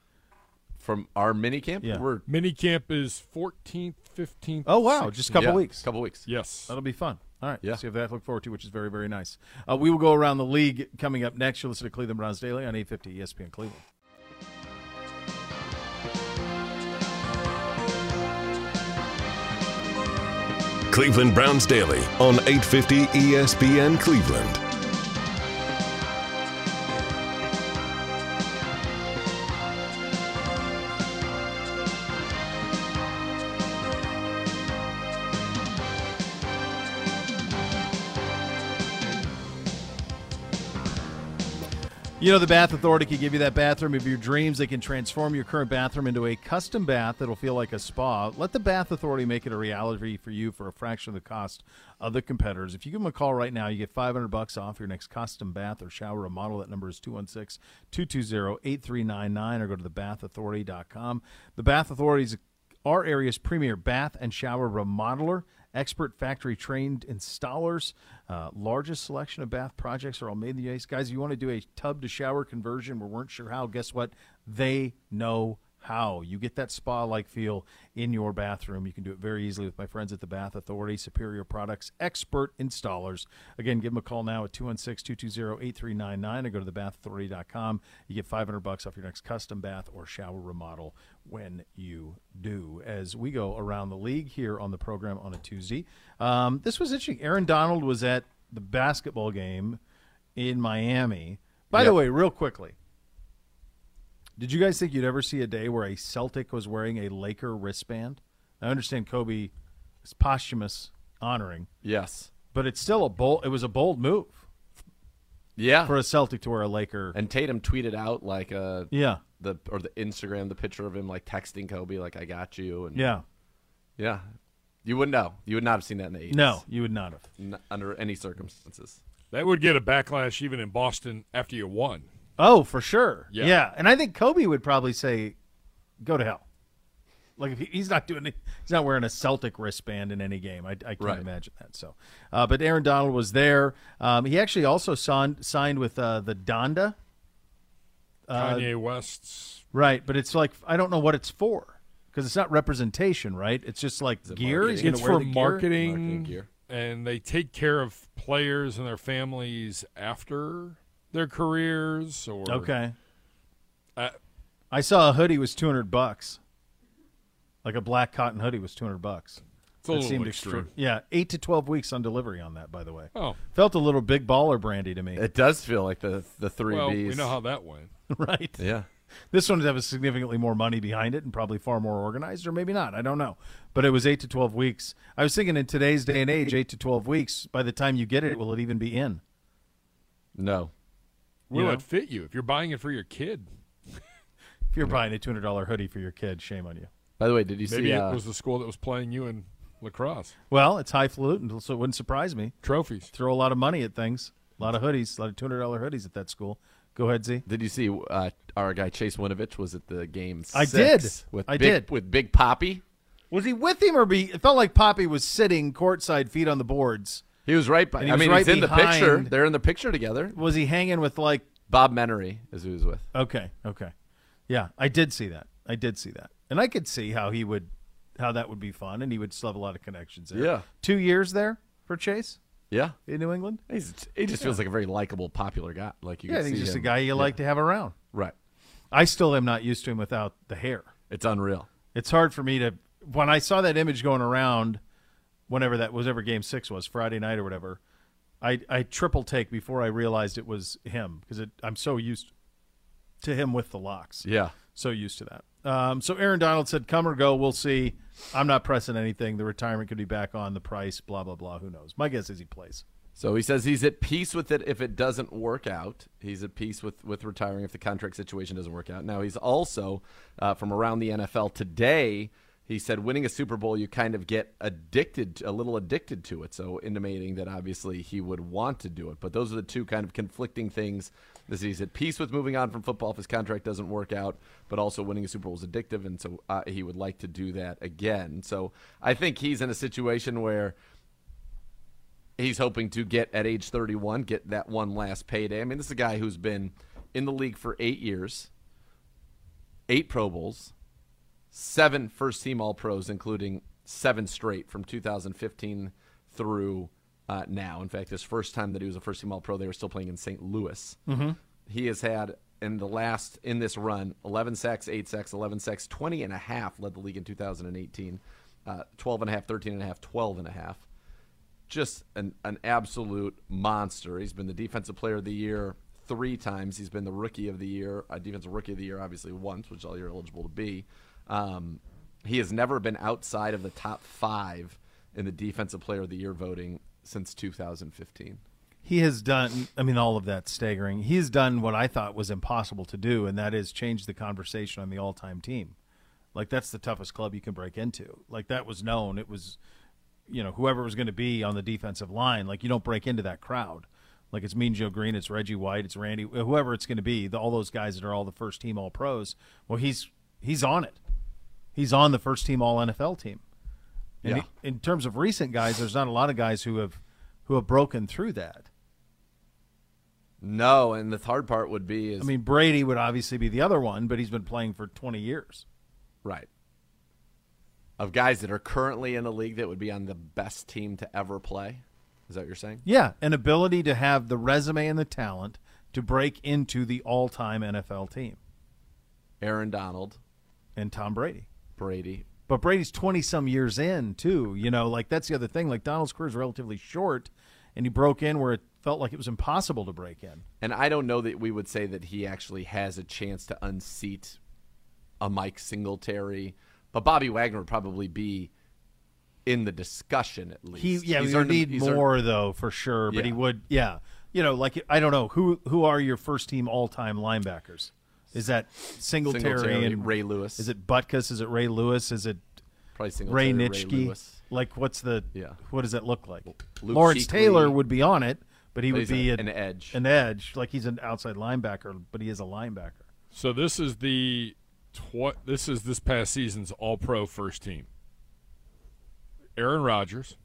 C: From our minicamp,
B: Yeah.
C: we're
D: Minicamp is 14th, 15th.
B: Oh wow, just a couple
C: yeah,
B: weeks.
C: Couple weeks.
D: Yes.
B: That'll be fun. All right.
C: Yeah.
B: So you have that to look forward to, which is very, very nice. Uh, we will go around the league coming up next. You'll listen to Cleveland Browns Daily on E 850 ESPN Cleveland.
A: Cleveland Browns Daily on E 850 ESPN Cleveland.
B: You know, the Bath Authority can give you that bathroom of your dreams. They can transform your current bathroom into a custom bath that'll feel like a spa. Let the Bath Authority make it a reality for you for a fraction of the cost of the competitors. If you give them a call right now, you get 500 bucks off your next custom bath or shower remodel. That number is 216 220 8399 or go to thebathauthority.com. The Bath Authority is our area's premier bath and shower remodeler. Expert factory trained installers, uh, largest selection of bath projects are all made in the US. Guys, if you want to do a tub to shower conversion, we weren't sure how. Guess what? They know how. You get that spa like feel in your bathroom. You can do it very easily with my friends at the Bath Authority, Superior Products, expert installers. Again, give them a call now at 216 220 8399 or go to thebathauthority.com. You get 500 bucks off your next custom bath or shower remodel when you do. As we go around the league here on the program on a Tuesday, um, this was interesting. Aaron Donald was at the basketball game in Miami. By the
C: Yep.
B: way, real quickly, did you guys think you'd ever see a day where a Celtic was wearing a Laker wristband? I understand Kobe is posthumous honoring,
C: Yes.
B: but it's still a bold. It was a bold move
C: Yeah.
B: for a Celtic to wear a Laker.
C: and Tatum tweeted out like a
B: yeah,
C: the or the Instagram the picture of him like texting Kobe like I got you and
B: yeah.
C: yeah. You wouldn't know. You would not have seen that in the 80s.
B: No, you would not have.
C: N- under any circumstances.
D: That would get a backlash even in Boston after you won.
B: Oh, for sure. Yeah.
D: Yeah.
B: and I think Kobe would probably say, "Go to hell." Like if he, he's not doing, it- he's not wearing a Celtic wristband in any game. I, I can't
C: Right.
B: imagine that. So, uh, but Aaron Donald was there. Um, he actually also signed signed with uh, the Donda,
D: Kanye West's
B: Uh, right? But it's like I don't know what it's for. because it's not representation, right? It's just like gear. He's gonna
D: it's
B: wear
D: for
B: the gear.
D: marketing,
C: Marketing gear.
D: and they take care of players and their families after their careers or
B: Okay.
D: Uh,
B: I saw a hoodie was two hundred bucks. Like a black cotton hoodie was two hundred bucks.
D: it's
B: That
D: a little
B: seemed
D: extreme.
B: extru- Yeah, eight to twelve weeks on delivery on that. By the way,
D: Oh,
B: felt a little big baller brandy to me. (laughs)
C: It does feel like the the three
D: well,
C: Bs.
D: we know how that went.
B: right.
C: yeah.
B: This one has significantly more money behind it and probably far more organized, or maybe not. I don't know. But it was eight to twelve weeks. I was thinking in today's day and age, eight to twelve weeks. By the time you get it, will it even be in?
C: No.
D: Will
B: know?
D: it fit you if you're buying it for your kid?
B: If you're buying a two hundred dollar hoodie for your kid, shame on you.
C: By the way, did you
D: Maybe
C: see?
D: it
C: uh,
D: was the school that was playing you in lacrosse
B: Well, it's highfalutin, so it wouldn't surprise me.
D: trophies.
B: Throw a lot of money at things, a lot of hoodies, a lot of two hundred dollar hoodies at that school. Go ahead, Z.
C: Did you see uh, our guy Chase Winovich was at the game?
B: I
C: six
B: did.
C: With
B: I
C: big,
B: did.
C: with Big Poppy.
B: Was he with him or be? It felt like Poppy was sitting courtside, feet on the boards.
C: He was right. By,
B: And he
C: I
B: was
C: mean,
B: right
C: he's in the picture.
B: behind-
C: They're in the picture together.
B: Was he hanging with like?
C: Bob Menery is who he was with.
B: Okay, okay, yeah, I did see that. I did see that, and I could see how he would, how that would be fun, and he would still have a lot of connections there.
C: Yeah.
B: two years there for Chase
C: Yeah.
B: in New England.
C: He's, he just feels like a very likable, popular guy. Like you.
B: Yeah, I
C: can
B: think
C: see
B: he's just a
C: him.
B: guy you like to have around.
C: Right.
B: I still am not used to him without the hair.
C: It's unreal.
B: it's hard for me to when I saw that image going around whenever that was ever game six was Friday night or whatever I, I triple take before I realized it was him because I'm so used to him with the locks
C: Yeah.
B: so used to that um, so Aaron Donald said come or go we'll see I'm not pressing anything the retirement could be back on the price blah blah blah who knows my guess is he plays
C: So he says he's at peace with it if it doesn't work out. He's at peace with, with retiring if the contract situation doesn't work out. Now, he's also uh, from around the NFL today. He said winning a Super Bowl, you kind of get addicted, a little addicted to it. So, intimating that obviously he would want to do it. But those are the two kind of conflicting things. This he's at peace with moving on from football if his contract doesn't work out, but also winning a Super Bowl is addictive. And so uh, he would like to do that again. So, I think he's in a situation where he's hoping to get at age 31, get that one last payday. I mean, this is a guy who's been in the league for eight years, eight Pro Bowls, seven first team All Pros, including seven straight from 2015 through uh, now. In fact, his first time that he was a first team All Pro, they were still playing in St. Louis. Mm-hmm. He has had. In the last, in this run, 11 sacks, 8 sacks, 11 sacks, 20 and a half led the league in 2018, uh, 12 and a half, 13 and a half, 12 and a half just an, an absolute monster. He's been the defensive player of the year three times. He's been the rookie of the year, a defensive rookie of the year, obviously once, which is all you're eligible to be. Um, he has never been outside of the top five in the defensive player of the year voting since 2015.
B: he has done i mean all of that staggering he has done what i thought was impossible to do and that is change the conversation on the all-time team like that's the toughest club you can break into like that was known it was you know whoever was going to be on the defensive line like you don't break into that crowd like it's mean joe green it's reggie white it's randy whoever it's going to be the, all those guys that are all the first team all pros well he's he's on it he's on the first team all nfl team and
C: Yeah.
B: he- in terms of recent guys there's not a lot of guys who have who have broken through that
C: No, and the hard part would be is
B: I mean, Brady would obviously be the other one, but he's been playing for 20 years.
C: Right. Of guys that are currently in the league that would be on the best team to ever play. Is that what you're saying?
B: Yeah, an ability to have the resume and the talent to break into the all-time NFL team
C: Aaron Donald,
B: and Tom Brady.
C: Brady,
B: But Brady's 20 some years in, too. You know, like that's the other thing. Like Donald's career is relatively short, and he broke in where it felt like it was impossible to break in.
C: And I don't know that we would say that he actually has a chance to unseat a Mike Singletary, but Bobby Wagner would probably be in the discussion at least.
B: He yeah,
C: He's
B: we would
C: earned-
B: need
C: he's earned-
B: more though for sure. But he
C: Yeah.
B: would yeah, you know, like I don't know who who are your first team all time linebackers? Is that Singletary,
C: Singletary,
B: and
C: Ray Lewis.
B: Is it Butkus? Is it Ray Lewis? Is it
C: probably
B: Ray
C: Singletary,
B: Nitschke?
C: Lewis.
B: like what's the
C: Yeah.
B: What does that look like?
C: Luke
B: Lawrence
C: Kuechly.
B: Taylor would be on it, but he
C: But
B: would
C: he's
B: be
C: a- an edge.
B: an edge. Like he's an outside linebacker, but he is a linebacker.
D: So this is the tw- this is this past season's All Pro first team. Aaron Rodgers,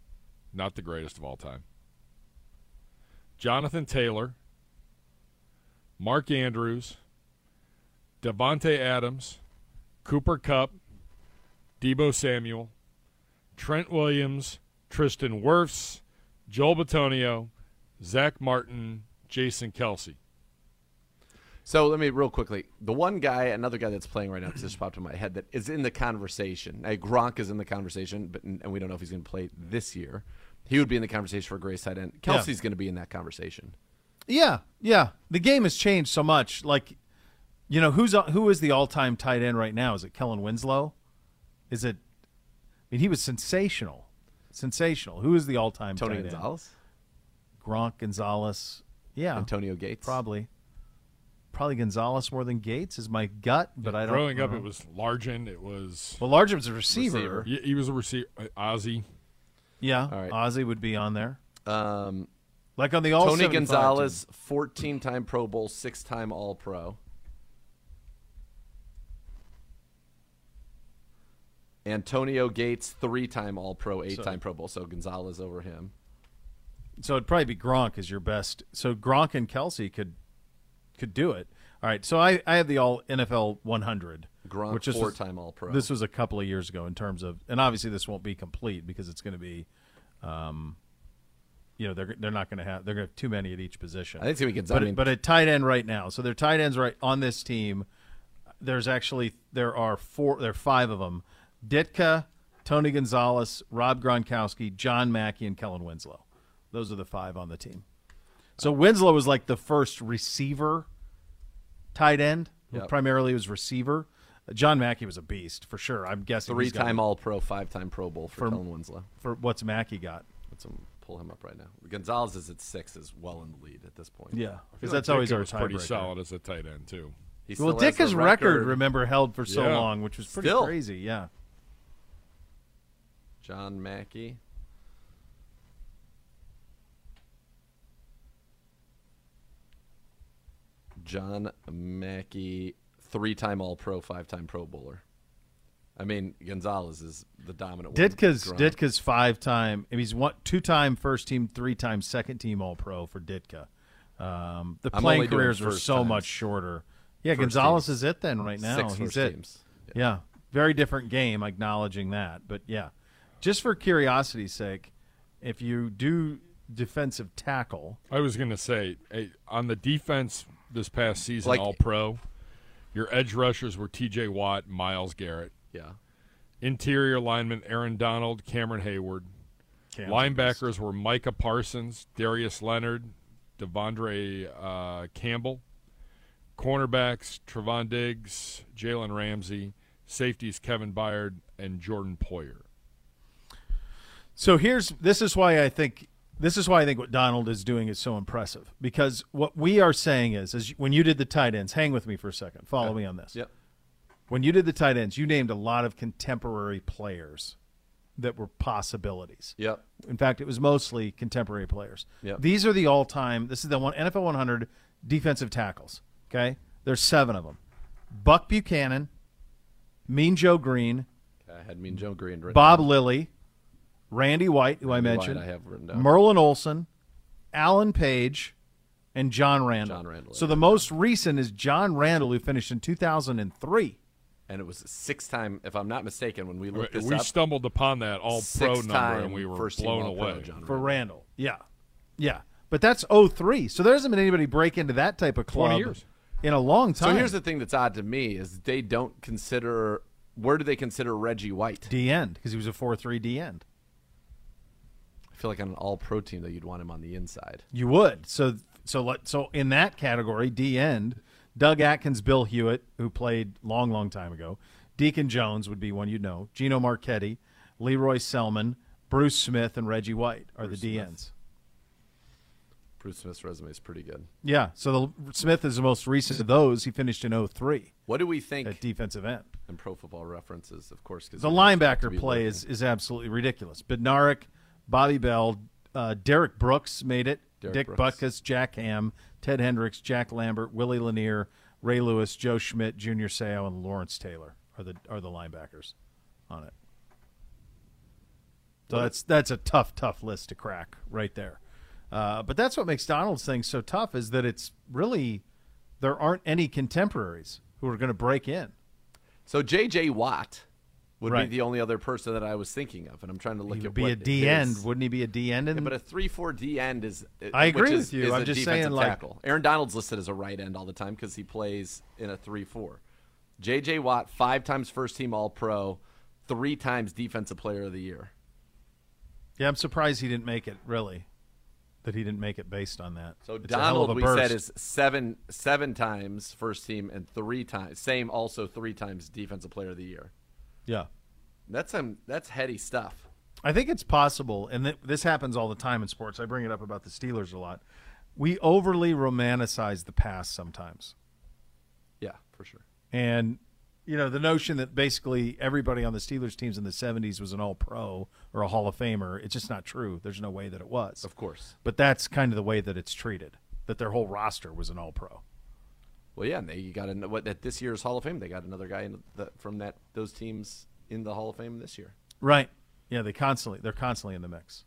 D: not the greatest of all time. Jonathan Taylor, Mark Andrews, Devontae Adams, Cooper Cup, Debo Samuel, Trent Williams, Tristan Wirfs, Joel Batonio, Zach Martin, Jason Kelsey.
C: So let me real quickly. The one guy, another guy that's playing right now, 'cause this just popped in my head, that is in the conversation. Now, Gronk is in the conversation, but and we don't know if he's going to play this year. He would be in the conversation for a Grace tight end. Kelsey's going to be in that conversation.
B: Yeah, yeah. The game has changed so much. Like, you know, who's who is the all-time tight end right now? Is it Kellen Winslow? Is it? I mean, he was sensational, sensational. Who is the all-time
C: Tony
B: tight end?
C: Gonzalez,
B: Gronk Gonzalez. Yeah,
C: Antonio Gates.
B: probably, probably Gonzalez more than Gates is my gut, but I don't.
D: Growing up,
B: know.
D: it was Largent. It was
B: well, Largent was a receiver.
C: Receiver.
D: he, he was a receiver. uh, Ozzy.
B: Yeah,
C: All right.
B: Ozzy would be on there.
C: Um,
B: Like on the all
C: Tony
B: 75 team.
C: Gonzalez, 14 time Pro Bowl, six time All Pro. Antonio Gates, three time All Pro, eight time Pro Bowl. So Gonzalez over him.
B: So it'd probably be Gronk as your best. So Gronk and Kelsey could could do it. All right. So I, I have the all NFL 100.
C: Gronk,
B: which this was-
C: four time All Pro.
B: This was a couple of years ago in terms of, and obviously this won't be complete because it's going to be, um, you know, they're they're not going to have they're going to have too many at each position.
C: I think it's gonna be Gonzalez.
B: but
C: I mean-
B: but at tight end right now, so their tight ends right on this team. There's actually there are four there are five of them: Ditka, Tony Gonzalez, Rob Gronkowski, John Mackey, and Kellen Winslow. Those are the five on the team. So Winslow was like the first receiver tight end. who
C: Yep.
B: Primarily was receiver. Uh, John Mackey was a beast for sure. I'm guessing
C: three
B: he's got-
C: time All Pro, five time Pro Bowl for, Kellen Winslow.
B: for what's Mackey got.
C: Let's um, pull him up right now. Gonzalez is at six, is well in the lead at this point.
B: because that's always
D: Ditka
B: our
D: was pretty
B: tiebreaker.
D: solid as a tight end too.
C: He
B: Well,
C: still has the
B: Ditka's record, remember, held for so
D: Yeah.
B: long, which was pretty
C: Still.
B: crazy. Yeah,
C: John Mackey. John Mackey, three time All Pro, five time Pro Bowler. I mean, Gonzalez is the dominant
B: Ditka's
C: one. Gronk.
B: Ditka's five time. He's one two time first team, three time second team All Pro for Ditka. Um, the
C: I'm
B: playing
C: only doing
B: careers were
C: first
B: so
C: times.
B: much shorter. Yeah, Gonzalez is it then right now.
C: Six
B: He's
C: first
B: it.
C: teams. Yeah.
B: Yeah, very different game. Acknowledging that, but yeah, just for curiosity's sake, if you do defensive tackle,
D: I was gonna say eh, on the defense this past season,
C: Like-
D: All Pro. Your edge rushers were T.J. Watt, Miles Garrett.
C: Yeah.
D: Interior lineman Aaron Donald, Cameron Hayward. Linebackers were Micah Parsons, Darius Leonard, Devondre uh, Campbell. Cornerbacks Trevon Diggs, Jalen Ramsey. Safeties Kevin Byard and Jordan Poyer.
B: So here's this is why I think this is why I think what Donald is doing is so impressive because what we are saying is is when you did the tight ends, hang with me for a second, follow me on this.
C: Yep.
B: When you did the tight ends, you named a lot of contemporary players that were possibilities.
C: Yep.
B: In fact, it was mostly contemporary players.
C: Yep.
B: These are the all-time. This is the one NFL 100 defensive tackles. Okay, there's seven of them: Buck Buchanan, Mean Joe Green,
C: I had Mean Joe Green. written
B: Bob
C: down.
B: Lilly, Randy White, who I
C: White
B: mentioned,
C: I have written down.
B: Merlin Olson, Alan Page, and John Randall.
C: John Randall,
B: So
C: yeah.
B: the most recent is John Randall, who finished in 2003.
C: And it was six time, if I'm not mistaken, when we looked this
D: We
C: up.
D: stumbled upon that All Pro
C: six
D: number
C: time
D: and we were
C: first team
D: blown
C: All-Pro,
D: away.
C: John
B: for
C: Randall.
B: Randall. Yeah. Yeah. But that's 03. So there hasn't been anybody break into that type of club
D: 20 years.
B: in a long time.
C: So here's the thing that's odd to me is they don't consider where do they consider Reggie White?
B: D end because he was a 4 3 D end.
C: I feel like on an all pro team though you'd want him on the inside.
B: You would. So so let so in that category, D end, Doug Atkins, Bill Hewitt, who played long, long time ago, Deacon Jones would be one you'd know, Gino Marchetti, Leroy Selman, Bruce Smith, and Reggie White are the D ends.
C: Bruce Smith's resume is pretty good.
B: Yeah. So the Smith is the most recent of those. He finished in 03
C: What do we think
B: at defensive end.
C: in pro football references, of course, because
B: The linebacker play is, is absolutely ridiculous. Bednarik, Bobby Bell, uh, Derek Brooks made it.
C: Derek
B: Dick
C: Brooks.
B: Buckus, Jack Ham, Ted Hendricks, Jack Lambert, Willie Lanier, Ray Lewis, Joe Schmidt, Junior Seau, and Lawrence Taylor are the are the linebackers on it. So that's that's a tough, tough list to crack right there. Uh, but that's what makes Donald's thing so tough is that it's really there aren't any contemporaries who are going to break in.
C: So JJ Watt would
B: Right.
C: be the only other person that I was thinking of, and I'm trying to look
B: He
C: at
B: would be
C: what
B: a
C: it
B: D end,
C: is.
B: wouldn't he? Be a D end, and
C: But a three-four D end is. uh,
B: I
C: which
B: agree
C: is-
B: with you.
C: is
B: I'm
C: a
B: just
C: defensive
B: saying, like-
C: tackle. Aaron Donald's listed as a right end all the time because he plays in a three-four. J.J. Watt five times first-team All-Pro, three times Defensive Player of the Year.
B: yeah, I'm surprised he didn't make it. Really, that he didn't make it based on that.
C: So
B: It's a hell of
C: Donald,
B: a
C: we
B: burst.
C: said, is seven seven times first team and three times same also three times defensive player of the year.
B: yeah.
C: That's some that's heady stuff.
B: I think it's possible, and th- this happens all the time in sports. I bring it up about the Steelers a lot. We overly romanticize the past sometimes.
C: Yeah, for sure.
B: And you know, the notion that basically everybody on the Steelers teams in the 70s was an all-pro or a Hall of Famer, it's just not true. There's no way that it was.
C: Of course.
B: But that's kind of the way that it's treated, that their whole roster was an all-pro.
C: Well, yeah, and they got an, what at this year's Hall of Fame. They got another guy in the, from that those teams in the Hall of Fame this year.
B: Right. Yeah, they constantly they're constantly in the mix.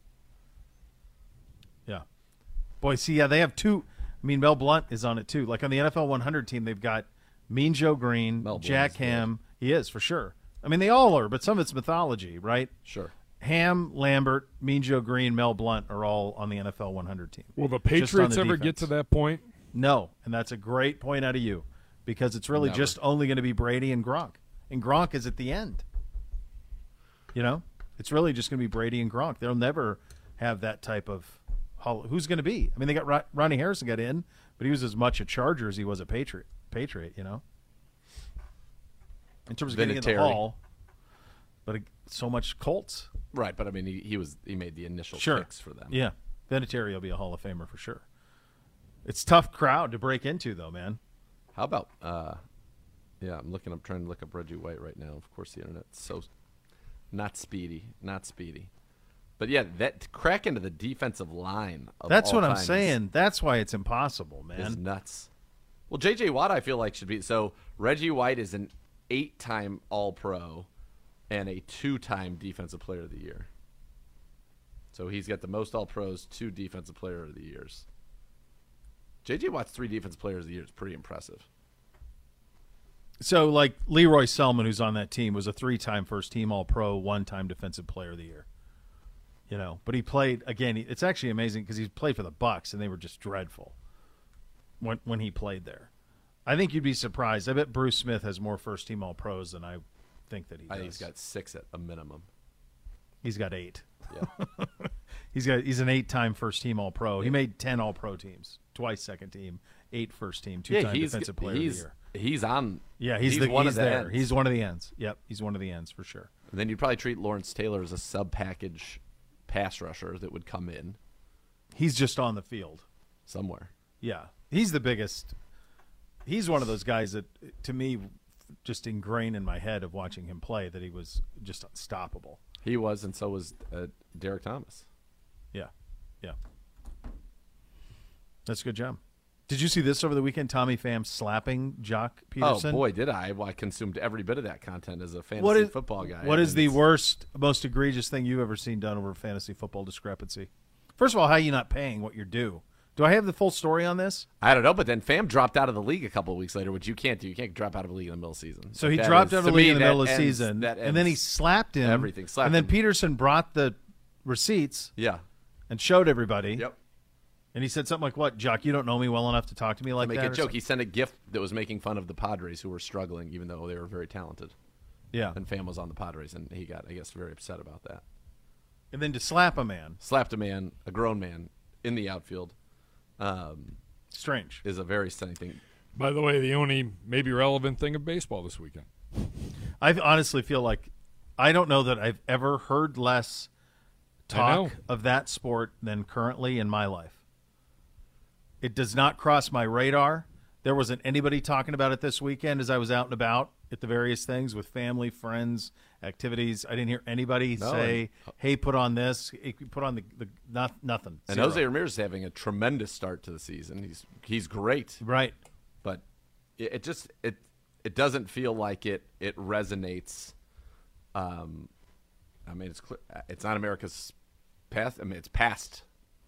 B: Yeah. Boy, see, yeah, they have two. I mean, Mel Blunt is on it too. Like on the NFL 100 team, they've got Mean Joe Green,
C: Mel Blunt's
B: Jack
C: good.
B: Ham. He is for sure. I mean, they all are, but some of it's mythology, right?
C: Sure.
B: Ham, Lambert, Mean Joe Green, Mel Blunt are all on the NFL 100 team.
D: Will the
B: Just on
D: Patriots
B: the
D: ever get
B: defense.
D: to that point?
B: No, and that's a great point out of you because it's really just only going to be Brady and Gronk, and Gronk is at the end. You know, it's really just going to be Brady and Gronk. They'll never have that type of. hol- Who's going to be? I mean, they got Ro- Ronnie Harrison got in, but he was as much a Charger as he was a Patriot. Patriot, you know. In terms of getting in the
C: Vinatieri.
B: hall, but it- so much Colts.
C: Right, but I mean, he, he was he made the initial
B: Sure.
C: picks for them.
B: Yeah, Vinatieri will be a Hall of Famer for sure. It's tough crowd to break into though, man.
C: How about? uh Yeah, I'm looking. I'm trying to look up Reggie White right now. Of course, the internet's so not speedy, not speedy. But yeah, that crack into the defensive line. Of
B: That's
C: all
B: what I'm
C: time is-
B: saying. That's why it's impossible, man.
C: Is, nuts. Well, J.J. Watt, I feel like should be so. Reggie White is an eight-time All-Pro and a two-time Defensive Player of the Year. So he's got the most All-Pros, two Defensive Player of the Years. J.J. Watt's three Defensive Players of the Year is pretty impressive.
B: So, like Leroy Selman, who's on that team, was a three-time first-team All-Pro, one-time Defensive Player of the Year. You know, but he played again. he- It's actually amazing because he played for the Bucks, and they were just dreadful when when he played there. I think you'd be surprised. I bet Bruce Smith has more first-team All-Pros than I think that he
C: I
B: does.
C: think he's got six at a minimum.
B: he's got eight.
C: Yeah.
B: (laughs) He's got he's an eight-time first-team All-Pro. He made ten All-Pro teams, twice second-team, eight first-team, two-time Defensive Player
C: he's,
B: of the Year.
C: He's on.
B: Yeah, he's, the
C: one
B: he's
C: of the
B: there.
C: ends.
B: He's one of the ends. Yep, he's one of the ends for sure.
C: And then you'd probably treat Lawrence Taylor as a sub package pass rusher that would come in
B: He's just on the field.
C: somewhere.
B: Yeah, he's the biggest. He's one of those guys that, to me, just ingrained in my head of watching him play that he was just unstoppable.
C: He was, and so was uh, Derek Thomas.
B: Yeah, yeah. That's a good job. Did you see this over the weekend? Tommy Pham slapping Jock Peterson.
C: Oh boy, did I! Well, I consumed every bit of that content as a fantasy
B: What is
C: football guy.
B: What
C: I
B: is
C: mean,
B: the worst, most egregious thing you've ever seen done over a fantasy football discrepancy? First of all, how are you not paying what you're due? Do I have the full story on this?
C: I don't know, but then Fam dropped out of the league a couple of weeks later, which you can't do. You can't drop out of the league in the middle of the season.
B: So
C: Like,
B: he
C: that
B: dropped
C: is-
B: out of the
C: to
B: league
C: me,
B: in the
C: that
B: middle of the
C: ends-
B: season,
C: that
B: and then he
C: ends-
B: slapped him.
C: everything, slapped
B: and then
C: him.
B: Peterson brought the receipts
C: yeah,
B: and showed everybody.
C: yep.
B: And he said something like, "What, Jock? You don't know me well enough to talk to me like
C: Make
B: that."
C: a
B: or
C: joke. He sent a gift that was making fun of the Padres, who were struggling, even though they were very talented.
B: something." Yeah.
C: And Fam was on the Padres, and he got, I guess, very upset about that.
B: And then to slap a man,
C: Slapped a man, a grown man, in the outfield um,
B: strange.
C: is a very stunning thing.
D: By the way, the only maybe relevant thing of baseball this weekend.
B: I honestly feel like I don't know that I've ever heard less talk
D: know.
B: of that sport than currently in my life. It does not cross my radar. There wasn't anybody talking about it this weekend as I was out and about at the various things with family, friends, activities. I didn't hear anybody say,
C: uh,
B: "Hey, put on this, Hey, put on the, the not nothing."
C: And
B: Zero.
C: Jose Ramirez is having a tremendous start to the season. He's he's great,
B: right?
C: but it, it just it it doesn't feel like it it resonates. Um, I mean, it's clear, it's not America's past. I mean, it's past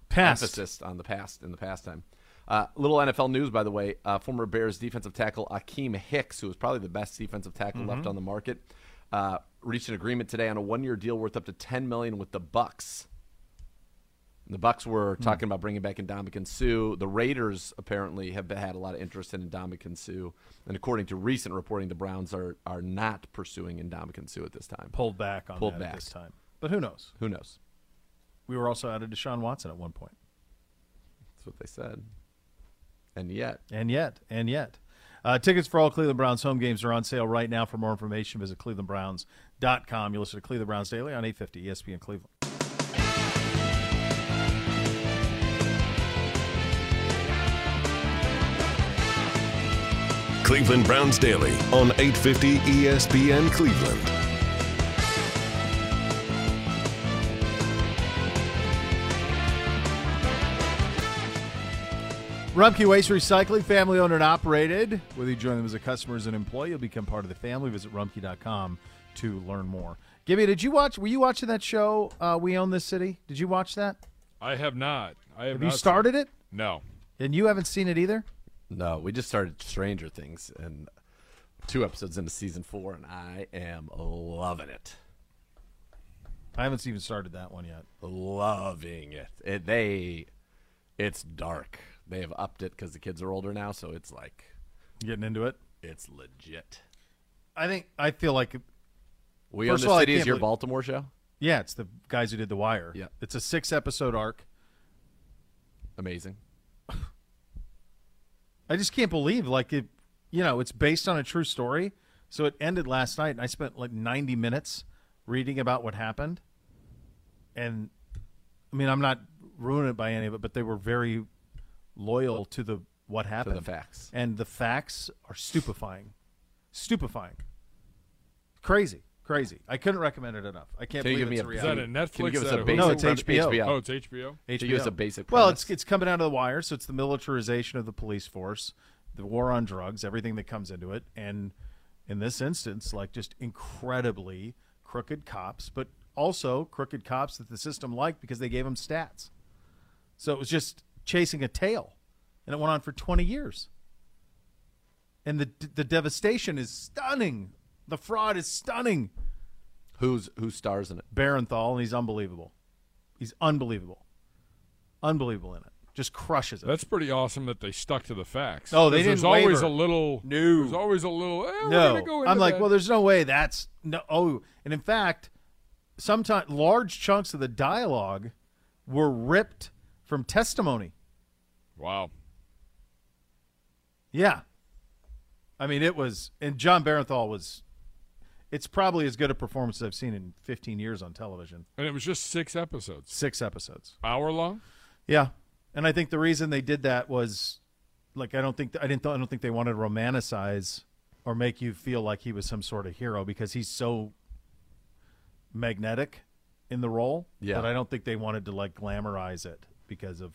B: Past.
C: emphasis on the past in the past time. Uh, little NFL news, by the way. Uh, former Bears defensive tackle Akeem Hicks, who was probably the best defensive tackle left on the market, uh, reached an agreement today on a one-year deal worth up to 10 million with the Bucks. And the Bucks were talking about bringing back Indomitian Sue. The Raiders apparently have been- had a lot of interest in Indomitian Sue, and according to recent reporting, the Browns are are not pursuing Indomitian Sue at this time.
B: Pulled back on
C: Pulled
B: that
C: back.
B: at this time. But who knows?
C: Who knows?
B: We were also out of Deshaun Watson at one point.
C: That's what they said. And yet,
B: And yet, and yet. Uh, tickets for all Cleveland Browns home games are on sale right now. For more information, visit clevelandbrowns.com. You listen to Cleveland Browns Daily on E 850 ESPN Cleveland.
A: Cleveland Browns Daily on E 850 ESPN Cleveland.
B: Rumpke Waste Recycling, family owned and operated. Whether you join them as a customer or as an employee, you'll become part of the family. Visit rumpke.com to learn more. Gibby, did you watch? Were you watching that show? Uh, we own this city. Did you watch that?
D: I have not. I have,
B: Have
D: not
B: you
D: seen-
B: started it?
D: No.
B: And you haven't seen it either.
C: no, we just started Stranger Things, and two episodes into season four, and I am loving it.
B: I haven't even started that one yet.
C: loving it. it they, it's dark. They have upped it because the kids are older now, so it's like
B: Getting into it.
C: it's legit.
B: I think I feel like
C: We
B: First
C: First
B: of
C: own
B: all, I
C: the city is
B: can't
C: your
B: believe-
C: Baltimore show.
B: yeah, it's the guys who did The Wire.
C: Yeah.
B: it's a six episode arc.
C: Amazing.
B: I just can't believe like it you know, it's based on a true story. So it ended last night and I spent like 90 minutes reading about what happened. And I mean, I'm not ruining it by any of it, but they were very loyal to the what happened.
C: facts.
B: And the facts are stupefying. Stupefying. Crazy. Crazy. I couldn't recommend it enough. I can't
C: Can you
B: believe
C: give me
B: it's
C: a-
B: a
C: is
D: Is
B: reality.
D: that a Netflix?
C: Can you give us
D: Is that
C: a
D: a
C: basic?
B: No,
D: Hulu?
B: it's HBO.
D: Oh, it's HBO.
C: Can you give us a basic
B: Well,
C: premise?
B: it's it's coming out of the wire, so it's the militarization of the police force, the war on drugs, everything that comes into it, and in this instance, like just incredibly crooked cops, but also crooked cops that the system liked because they gave them stats. So it was just chasing a tail, and it went on for 20 years. And the the devastation is stunning. The fraud is stunning.
C: Who's who stars in it?
B: Barenthal, and he's unbelievable. He's unbelievable. Unbelievable in it. Just crushes it.
D: That's pretty awesome that they stuck to the facts.
B: No, Oh, they
D: 'Cause There's
B: didn't
D: always
B: waver.
D: a little.
B: No.
D: There's always a little. eh, we're
B: no.
D: gonna go into
B: I'm like,
D: that.
B: well, there's no way that's no. Oh, and in fact, sometimes large chunks of the dialogue were ripped from testimony.
D: wow.
B: Yeah. I mean, it was, and John Barenthal was, it's probably as good a performance as I've seen in 15 years on television.
D: And it was just six episodes,
B: Six episodes.
D: hour long.
B: Yeah, and I think the reason they did that was, like, I don't think I didn't I don't think they wanted to romanticize or make you feel like he was some sort of hero because he's so magnetic in the role.
C: Yeah.
B: but I don't think they wanted to like glamorize it because of,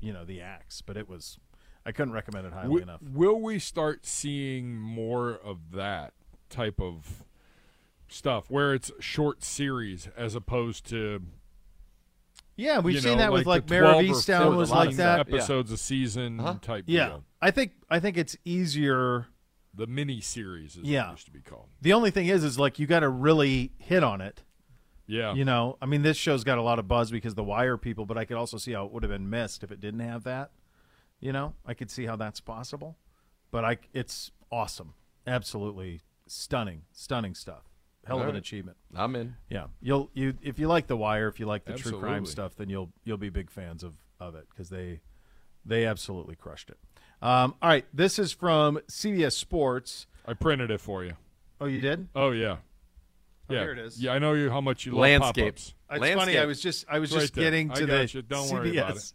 B: you know, the acts. But it was, I couldn't recommend it highly
D: Wi-
B: enough.
D: Will we start seeing more of that type of stuff where it's short series as opposed to
B: Yeah, we've
D: you
B: seen
D: know,
B: that with like
D: the
B: Mayor of
D: 12 or
B: Easttown was
D: 14
B: like that.
C: Yeah.
D: episodes a season
C: Uh-huh.
D: type
B: Yeah,
D: deal.
B: I think I think it's easier.
D: The mini series is what
B: Yeah.
D: it used to be called.
B: The only thing is, is like you got to really hit on it.
D: Yeah.
B: You know, I mean, this show's got a lot of buzz because the Wire people, but I could also see how it would have been missed if it didn't have that. You know, I could see how that's possible, but I it's awesome, absolutely stunning, stunning stuff. Hell of
C: All
B: an
C: right.
B: achievement.
C: I'm in.
B: Yeah, you'll you if you like the Wire, if you like the true crime
D: Absolutely.
B: stuff, then you'll you'll be big fans of of it because they they absolutely crushed it. Um, all right, this is from CBS Sports.
D: I printed it for you.
B: Oh, you did?
D: Oh yeah.
B: Oh,
D: yeah.
B: here it is.
D: Yeah, I know you how much you love
C: Landscapes.
D: pop-ups.
B: It's funny.
C: Landscape.
B: I was just I was
D: It's right
B: just
D: there.
B: getting
D: I
B: to the
D: gotcha. Don't worry
B: CBS.
D: about it.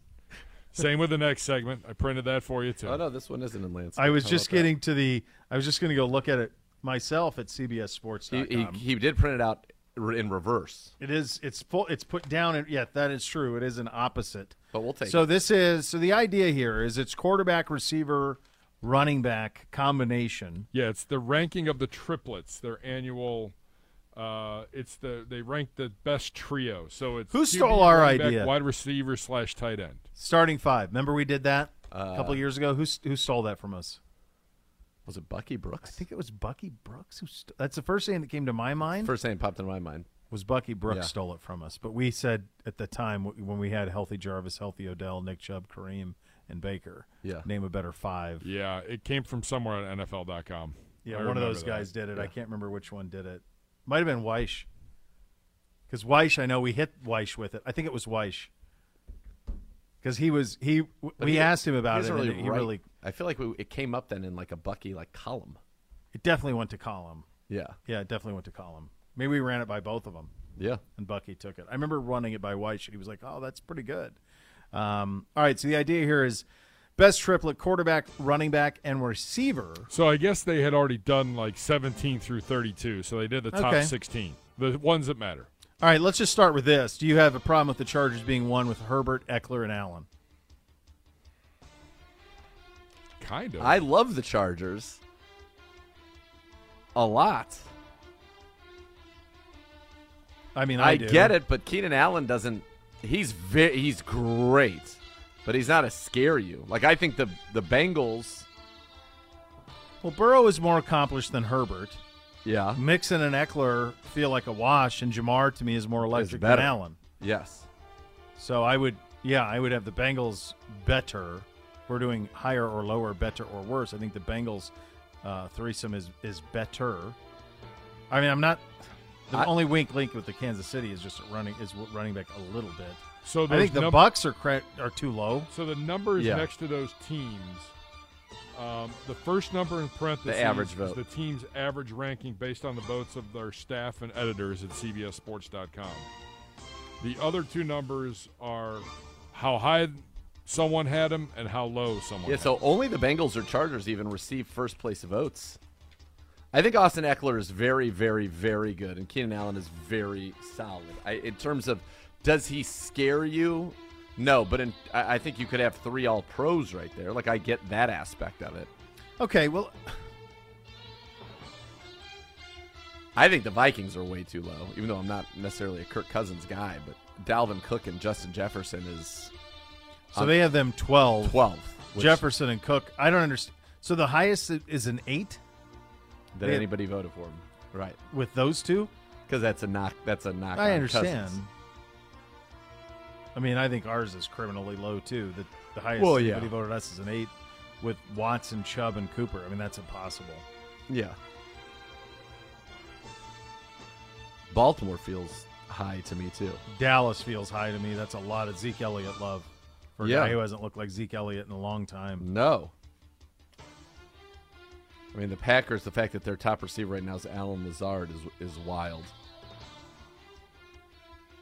D: Same with the next segment. I printed that for you too.
C: Oh no, this one isn't in landscape.
B: I was
C: How
B: just
C: about that?
B: getting to the. I was just going to go look at it myself at CBSSports.com.
C: He, he, he did print it out re- in reverse.
B: it is. It's full. It's put down. And yeah, that is true. It is an opposite.
C: But we'll take
B: So this is. So the idea here is it's quarterback, receiver, running back combination.
D: Yeah, it's the ranking of the triplets. Their annual. Uh, it's the they rank the best trio. So it's
B: Who
D: QB,
B: stole our
D: running back,
B: idea?
D: Wide receiver slash tight end.
B: Uh, Starting five. Remember we did that a couple years ago. Who s- who stole that from us?
C: Was it Bucky Brooks?
B: I think it was Bucky Brooks who. St- that's the first thing that came to my mind.
C: First name popped in my mind.
B: was Bucky Brooks
C: Yeah.
B: stole it from us. But we said at the time w- when we had healthy Jarvis, healthy Odell, Nick Chubb, Kareem, and Baker.
C: Yeah.
B: Name a better five.
D: Yeah, it came from somewhere on NFL.com.
B: Yeah,
D: I
B: one of
D: remember
B: those
D: that.
B: guys did it. I can't remember which one did it. Might have been Weish. Because Weish, I know we hit Weish with it. I think it was Weish. Because he was he. w we
C: he-
B: asked him about it.
C: doesn't
B: and
C: really
B: he
C: write-
B: really.
C: I feel like we, it came up then in like a Bucky like column.
B: It definitely went to column.
C: Yeah.
B: Yeah, it definitely went to column. Maybe we ran it by both of them.
C: Yeah.
B: and Bucky took it. I remember running it by White. He was like, "Oh, that's pretty good." Um, all right, so the idea here is best triplet: quarterback, running back, and receiver.
D: So I guess they had already done like 17 through 32. So they did the top
B: Okay.
D: 16, the ones that matter.
B: All right, let's just start with this. Do you have a problem with the Chargers being one with Herbert, Eckler, and Allen?
D: Kind of.
C: I love the Chargers a lot.
B: I mean, I,
C: I,
B: do.
C: get it, but Keenan Allen doesn't. He's very, he's great, but he's not a scare you. Like I think the the Bengals.
B: Well, Burrow is more accomplished than Herbert.
C: Yeah.
B: Mixon and Eckler feel like a wash, and Jamar to me is more electric than
C: better.
B: Allen.
C: Yes.
B: So I would, yeah, I would have the Bengals better. We're doing higher or lower, better or worse. I think the Bengals uh, threesome is is better. I mean, I'm not. The
C: I-
B: only wink link with the Kansas City is just running is running back a little bit.
D: so
B: I think
D: those
B: the
D: num-
B: Bucks are cre- are too low.
D: So the numbers
C: Yeah.
D: next to those teams, um, the first number in parentheses
C: The average
D: is
C: vote.
D: the team's average ranking based on the votes of their staff and editors at CBSSports.com. The other two numbers are how high someone had them and how low someone.
C: Yeah.
D: had 'em.
C: So only the Bengals or Chargers even receive first place votes. I think Austin Eckler is very, very, very good, and Keenan Allen is very solid. I, in terms of, does he scare you? No, but in, I, I think you could have three All Pros right there. Like I get that aspect of it.
B: Okay, well,
C: I think the Vikings are way too low, even though I'm not necessarily a Kirk Cousins guy, but Dalvin Cook and Justin Jefferson is
B: so
C: Um,
B: they have them 12.
C: 12th. which-
B: Jefferson and Cook. I don't understand. So the highest is an eight
C: that
B: they-
C: anybody voted for him. Right.
B: with those two.
C: Because that's a knock that's a knock.
B: I
C: on
B: understand.
C: Cousins.
B: I mean, I think ours is criminally low too. The the highest
C: Well, yeah.
B: anybody voted us is an eight, with Watson, Chubb, and Cooper. I mean, that's impossible.
C: Yeah. Baltimore feels high to me too.
B: Dallas feels high to me. That's a lot of Zeke Elliott love for a
C: Yeah.
B: guy who hasn't looked like Zeke Elliott in a long time.
C: No. I mean the Packers, the fact that their top receiver right now is Alan Lazard is is wild.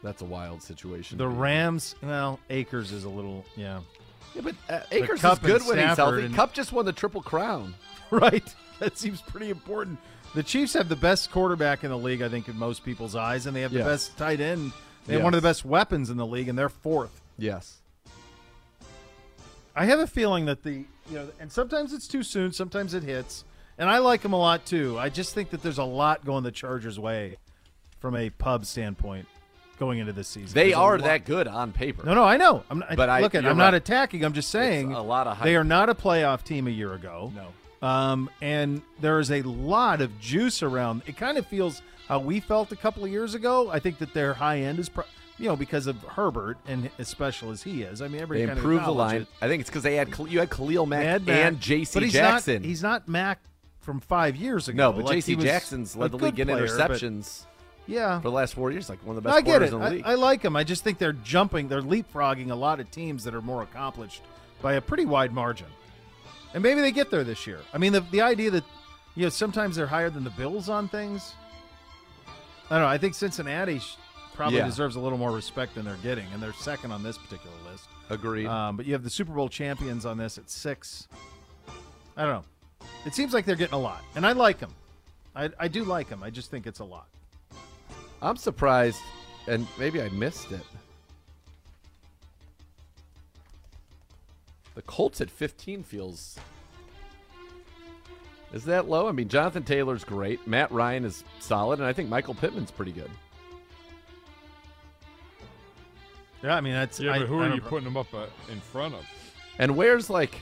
C: That's a wild situation.
B: The
C: to be in.
B: Rams, well, Akers is a little, yeah, (laughs)
C: Yeah, but uh, Akers is
B: Kupp and
C: good when he's
B: Stafford
C: healthy.
B: and-
C: Cup just won the triple crown.
B: right. That seems pretty important. The Chiefs have the best quarterback in the league, I think, in most people's eyes, and they have the
C: Yes.
B: best tight end. They have one of the best weapons in the league, and they're fourth.
C: Yes.
B: I have a feeling that the you know, and sometimes it's too soon, sometimes it hits, and I like them a lot too. I just think that there's a lot going the Chargers' way from a pub standpoint going into this season.
C: They
B: There's a
C: are
B: lot-
C: that good on paper.
B: No, no, I know. I'm not,
C: But I-
B: look, I'm
C: you're
B: not
C: right.
B: attacking. I'm just saying
C: a lot of hype.
B: they are not a playoff team a year ago. No, um, and there is a lot of juice around. It kind of feels how we felt a couple of years ago. I think that their high end is, pro- you know, because of Herbert and as special as he is. I mean, everybody
C: They
B: kind of
C: improved the
B: acknowledged
C: line.
B: it.
C: I think it's because they had Khal- you had Khalil Mack
B: Mad Mac,
C: and J.C.
B: but he's
C: Jackson.
B: Not, he's not Mac from five years ago.
C: no, but
B: Like, he
C: J.C.
B: was
C: Jackson's
B: a
C: led the
B: good
C: league in
B: player, but-
C: interceptions
B: Yeah,
C: for the last four years, like one of the
B: No,
C: best
B: I get
C: quarters
B: it.
C: in the
B: I,
C: league.
B: I like him. I just think they're jumping, they're leapfrogging a lot of teams that are more accomplished by a pretty wide margin, and maybe they get there this year. I mean, the the idea that you know sometimes they're higher than the Bills on things. I don't know. I think Cincinnati sh- probably
C: Yeah.
B: deserves a little more respect than they're getting, and they're second on this particular list.
C: Agreed.
B: Um, but you have the Super Bowl champions on this at six. I don't know. It seems like they're getting a lot, and I like them. I, I do like them. I just think it's a lot.
C: I'm surprised, and maybe I missed it. The Colts at 15 feels. Is that low? I mean, Jonathan Taylor's great. Matt Ryan is solid, and I think Michael Pittman's pretty good.
B: Yeah, I mean that's
D: yeah,
B: I-
D: but who
B: I
D: are
B: don't
D: you
B: know.
D: putting them up uh, in front of?
C: And where's like,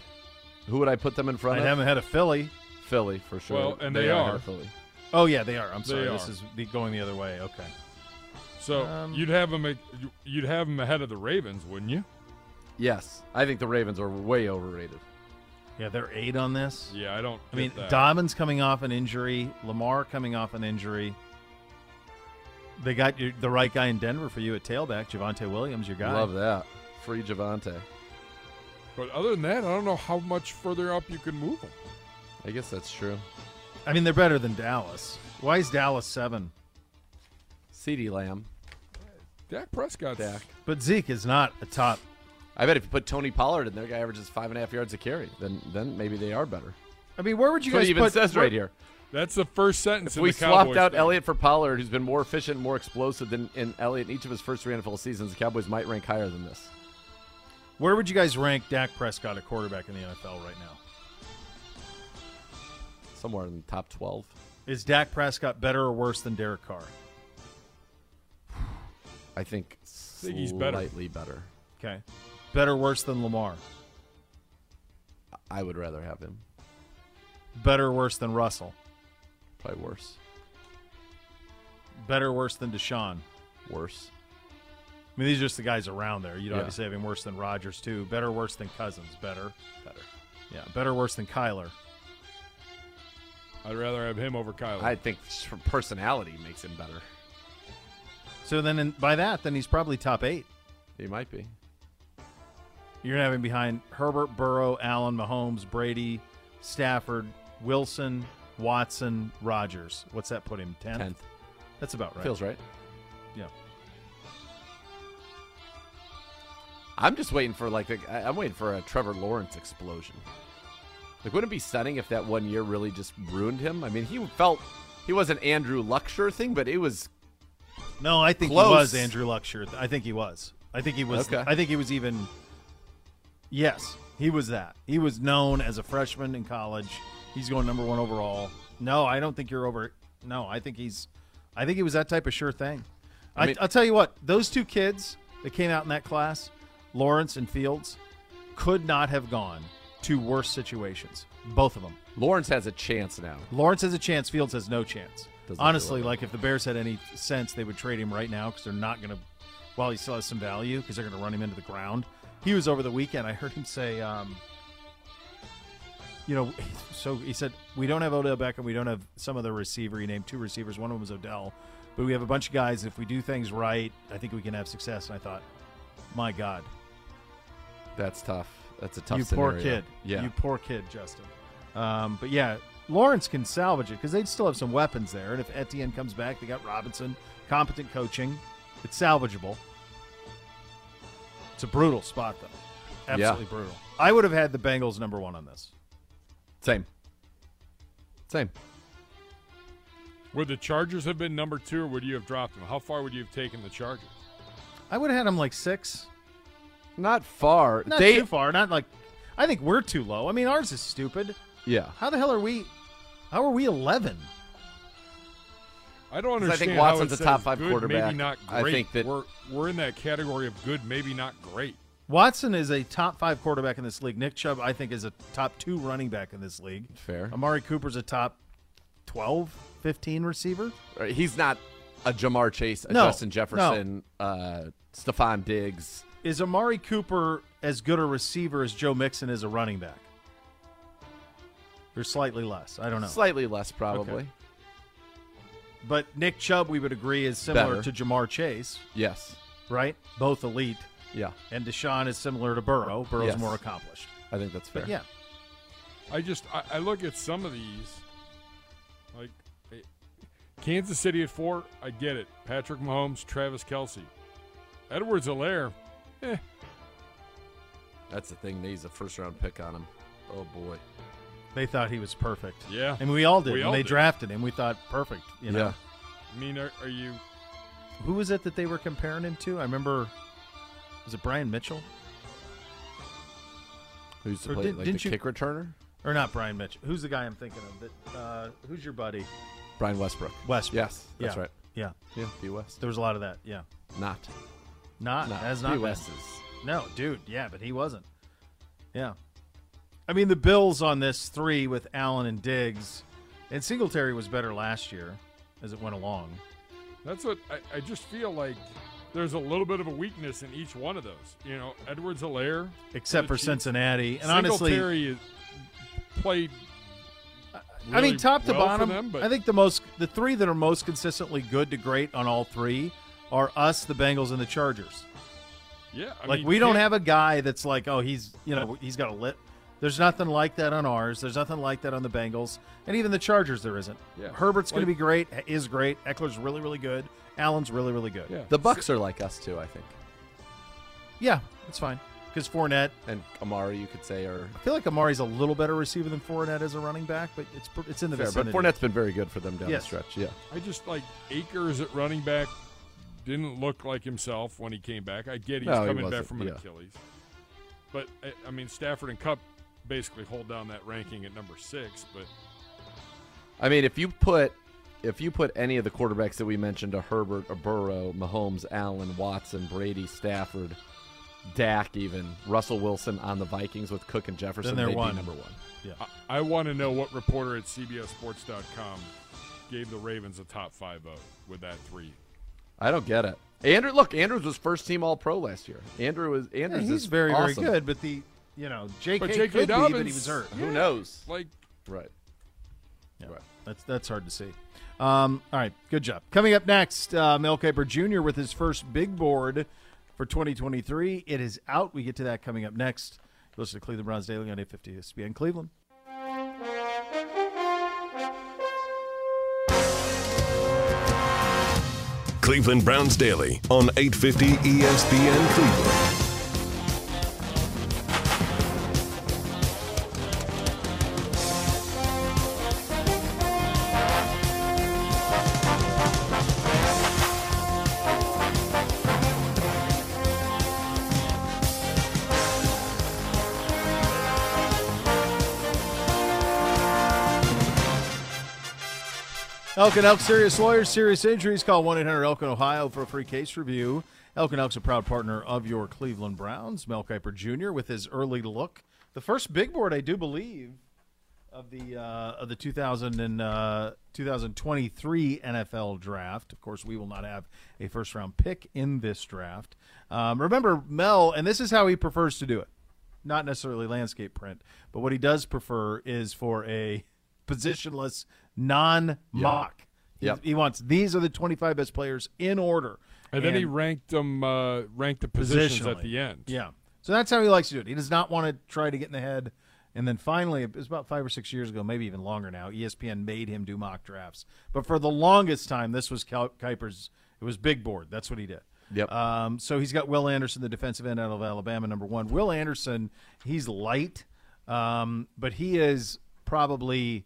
C: who would I put them in front
B: I'd
C: of?
B: have them ahead of Philly.
C: Philly for sure.
D: Well, and they are.
C: Philly.
B: Oh yeah, they are. I'm sorry.
D: They
B: This
D: are.
B: is the, going the other way. Okay.
D: So
B: Um,
D: you'd have them, you'd have them ahead of the Ravens, wouldn't you?
C: Yes, I think the Ravens are way overrated.
B: Yeah, they're eight on this.
D: Yeah, I don't.
B: I mean,
D: get that.
B: Dobbins coming off an injury, Lamar coming off an injury. They got your, the right guy in Denver for you at tailback, Javante Williams, your guy.
C: Love that. Free Javante.
D: But other than that, I don't know how much further up you can move them.
C: I guess that's true.
B: I mean, they're better than Dallas. Why is Dallas seven?
C: Ceedee Lamb.
D: Dak Prescott's
C: Dak.
B: But Zeke is not a top.
C: I bet if you put Tony Pollard in there, guy averages five and a half yards a carry, then then maybe they are better.
B: I mean, where would you
C: That's what
B: guys
C: it even
B: put?
C: says
B: where-
C: right here.
D: That's the first sentence.
C: If
D: in
C: we
D: the Cowboys
C: swapped out
D: thing.
C: Elliott for Pollard, who's been more efficient, more explosive than in Elliott in each of his first three NFL seasons, the Cowboys might rank higher than this.
B: Where would you guys rank Dak Prescott, a quarterback in the NFL right now?
C: Somewhere in the top twelve.
B: Is Dak Prescott better or worse than Derek Carr?
C: I think,
D: think he's better.
C: slightly better.
B: Okay, better or worse than Lamar?
C: I would rather have him.
B: Better or worse than Russell?
C: Probably worse.
B: Better or worse than Deshaun?
C: Worse.
B: I mean, these are just the guys around there. You'd
C: Yeah.
B: obviously have him worse than Rodgers too. Better, worse than Cousins. Better,
C: Better.
B: yeah. Better, worse than Kyler.
D: I'd rather have him over Kyler.
C: I think s- personality makes him better.
B: So then, in, by that, then he's probably top eight.
C: He might be.
B: You're gonna have him behind Herbert, Burrow, Allen, Mahomes, Brady, Stafford, Wilson, Watson, Rodgers. What's that put him? Tenth.
C: Tenth.
B: That's about right.
C: Feels right.
B: yeah.
C: I'm just waiting for like the, I- I'm waiting for a Trevor Lawrence explosion. Like, wouldn't it be stunning if that one year really just ruined him? I mean, he felt he was an Andrew Luck sure thing, but it was
B: No, I think
C: Close.
B: he was Andrew Luck. Sure, I think he was. I think he was.
C: Okay.
B: I think he was even. Yes, he was that. He was known as a freshman in college. He's going number one overall. No, I don't think you're over. No, I think he's. I think he was that type of sure thing. I
C: I mean-
B: I'll tell you what. Those two kids that came out in that class, Lawrence and Fields, could not have gone to worse situations. Both of them.
C: Lawrence has a chance now.
B: Lawrence has a chance. Fields has no chance.
C: Doesn't feel
B: Honestly,
C: like
B: like
C: it.
B: if the Bears had any sense, they would trade him right now because they're not going to. While he still has some value, because they're going to run him into the ground. He was over the weekend. I heard him say, um, you know, (laughs) so he said we don't have Odell Beckham, we don't have some other receiver. He named two receivers. One of them was Odell, but we have a bunch of guys. If we do things right, I think we can have success. And I thought, my God,
C: That's tough. That's a tough.
B: you poor
C: scenario.
B: kid.
C: Yeah.
B: You poor kid, Justin. Um, but yeah, Lawrence can salvage it because they'd still have some weapons there. And if Etienne comes back, they got Robinson, competent coaching. It's salvageable. It's a brutal spot, though.
C: Yeah.
B: Absolutely brutal. I would have had the Bengals number one on this.
C: Same. Same.
D: would the Chargers have been number two, or would you have dropped them? How far would you have taken the Chargers?
B: I would have had them like six.
C: Not far.
B: Not
C: they.
B: too far. Not like. I think we're too low. I mean, ours is stupid.
C: Yeah.
B: How the hell are we? How are we eleven?
D: I
C: 'Cause
D: don't
C: I
D: understand.
C: think
D: how
C: Watson's
D: it
C: a top
D: says
C: five
D: good,
C: quarterback.
D: Maybe not
C: I
D: great.
C: think that-
D: we're we're in that category of good, maybe not great.
B: Watson is a top five quarterback in this league. Nick Chubb, I think, is a top two running back in this league.
C: Fair.
B: Amari Cooper's a top 12, 15 receiver.
C: Right, He's not a Jamar Chase, a
B: No,
C: Justin Jefferson, uh, Stephon Diggs.
B: Is Amari Cooper as good a receiver as Joe Mixon is a running back? Or slightly less. I don't know.
C: Slightly less, probably.
B: Oh. Okay. But Nick Chubb, we would agree, is similar
C: Better.
B: to Jamar Chase,
C: Yes.
B: right? Both elite.
C: Yeah.
B: And Deshaun is similar to Burrow. Burrow's
C: Yes.
B: more accomplished.
C: I think that's fair.
B: But yeah.
D: I just I, I look at some of these, like eh, Kansas City at four. I get it. Patrick Mahomes, Travis Kelsey, Edwards Alaire. Eh,
C: That's the thing. He's a first round pick on him. Oh, boy.
B: They thought he was perfect.
D: yeah.
B: And we all did.
D: We
B: when
D: all
B: they
D: did.
B: drafted him, we thought perfect. You know?
C: Yeah.
D: I mean, are, are you?
B: Who was it that they were comparing him to? I remember. Was it Brian Mitchell
C: Who's the
B: Or
C: play,
B: did-
C: like the
B: didn't you-
C: kick returner?
B: or not Brian Mitchell? Who's the guy I'm thinking of? That uh, who's your buddy?
C: Brian Westbrook.
B: Westbrook.
C: Yes, that's
B: Yeah.
C: right.
B: Yeah,
C: Yeah, B West.
B: there was a lot of that. Yeah,
C: Not.
B: not
C: Not.
B: as not
C: B
B: been.
C: West is.
B: No, dude. Yeah, but he wasn't. Yeah. I mean, the Bills on this three with Allen and Diggs, and Singletary was better last year as it went along.
D: That's what I, I just feel like. There's a little bit of a weakness in each one of those. You know, Edwards Alaire,
B: Except for
D: Chiefs.
B: Cincinnati, and honestly,
D: Singletary is, played.
B: I
D: really
B: mean, top to
D: well for
B: bottom,
D: them, but
B: I think the most, the three that are most consistently good to great on all three are us, the Bengals, and the Chargers.
D: yeah, I
B: like
D: mean,
B: we
D: you
B: don't
D: can't-
B: have a guy that's like, oh, he's you know he's got a lip. There's nothing like that on ours. There's nothing like that on the Bengals, and even the Chargers. There isn't.
D: Yeah.
B: Herbert's going to
D: Like-
B: be great. Is great. Eckler's really really good. Allen's really really good.
D: Yeah.
C: The Bucks are like us too, I think.
B: yeah it's fine because Fournette.
C: And Amari, you could say, are
B: I feel like Amari's a little better receiver than Fournette as a running back, but it's pr- it's in the
C: fair. But
B: vicinity.
C: Fournette's been very good for them down
B: Yes.
C: the stretch. Yeah.
D: I just like Akers at running back didn't look like himself when he came back. I get he's
C: No, he
D: coming back
C: wasn't,
D: from an
C: yeah.
D: Achilles, but I, I mean Stafford and Cup basically hold down that ranking at number six. But
C: I mean, if you put if you put any of the quarterbacks that we mentioned, a Herbert, a Burrow, Mahomes, Allen, Watson, Brady, Stafford, Dak, even Russell Wilson on the Vikings with Cook and Jefferson,
B: they're
C: they'd
B: one.
C: be number one.
D: I, I want to know what reporter at CBSSports.com gave the Ravens a top five vote with that three.
C: I don't get it. Andrew, look, Andrews was first team All Pro last year. Andrew was
B: Yeah,
C: Andrews
B: he's
C: is
B: very
C: awesome.
B: very good, but the you know J.K.
D: But J.K.
B: could be, but he
D: Dobbins-
B: was hurt.
C: Who knows?
D: Like
C: Right.
B: Yeah,
C: Right.
B: That's that's hard to see. Um, all right, good job. Coming up next, uh, Mel Kiper Jr. with his first big board for 2023. It is out. We get to that coming up next. You Listen to Cleveland Browns Daily on E 850 ESPN Cleveland.
A: Cleveland Browns Daily on E 850 ESPN Cleveland.
B: Elk and Elk Serious Lawyers, serious injuries. Call 1 800 Elk in Ohio for a free case review. Elk and Elk's a proud partner of your Cleveland Browns. Mel Kiper Jr. with his early look. The first big board, I do believe, of the uh, of the 2000 and, uh, 2023 NFL draft. Of course, we will not have a first round pick in this draft. Um, remember, Mel, and this is how he prefers to do it. Not necessarily landscape print, but what he does prefer is for a positionless non mock. He,
C: Yep.
B: he wants these are the 25 best players in order.
D: and, then he ranked them uh, ranked the positions at
B: Positionally.
D: the end.
B: Yeah. So that's how he likes to do it. He does not want to try to get in the head. And then finally, it was about five or six years ago, maybe even longer now, E ESPN made him do mock drafts. But for the longest time, this was Cal- Kuiper's, it was big board. That's what he did.
C: Yep.
B: Um, so he's got Will Anderson, the defensive end out of Alabama, number one. Will Anderson, he's light, um, but he is probably,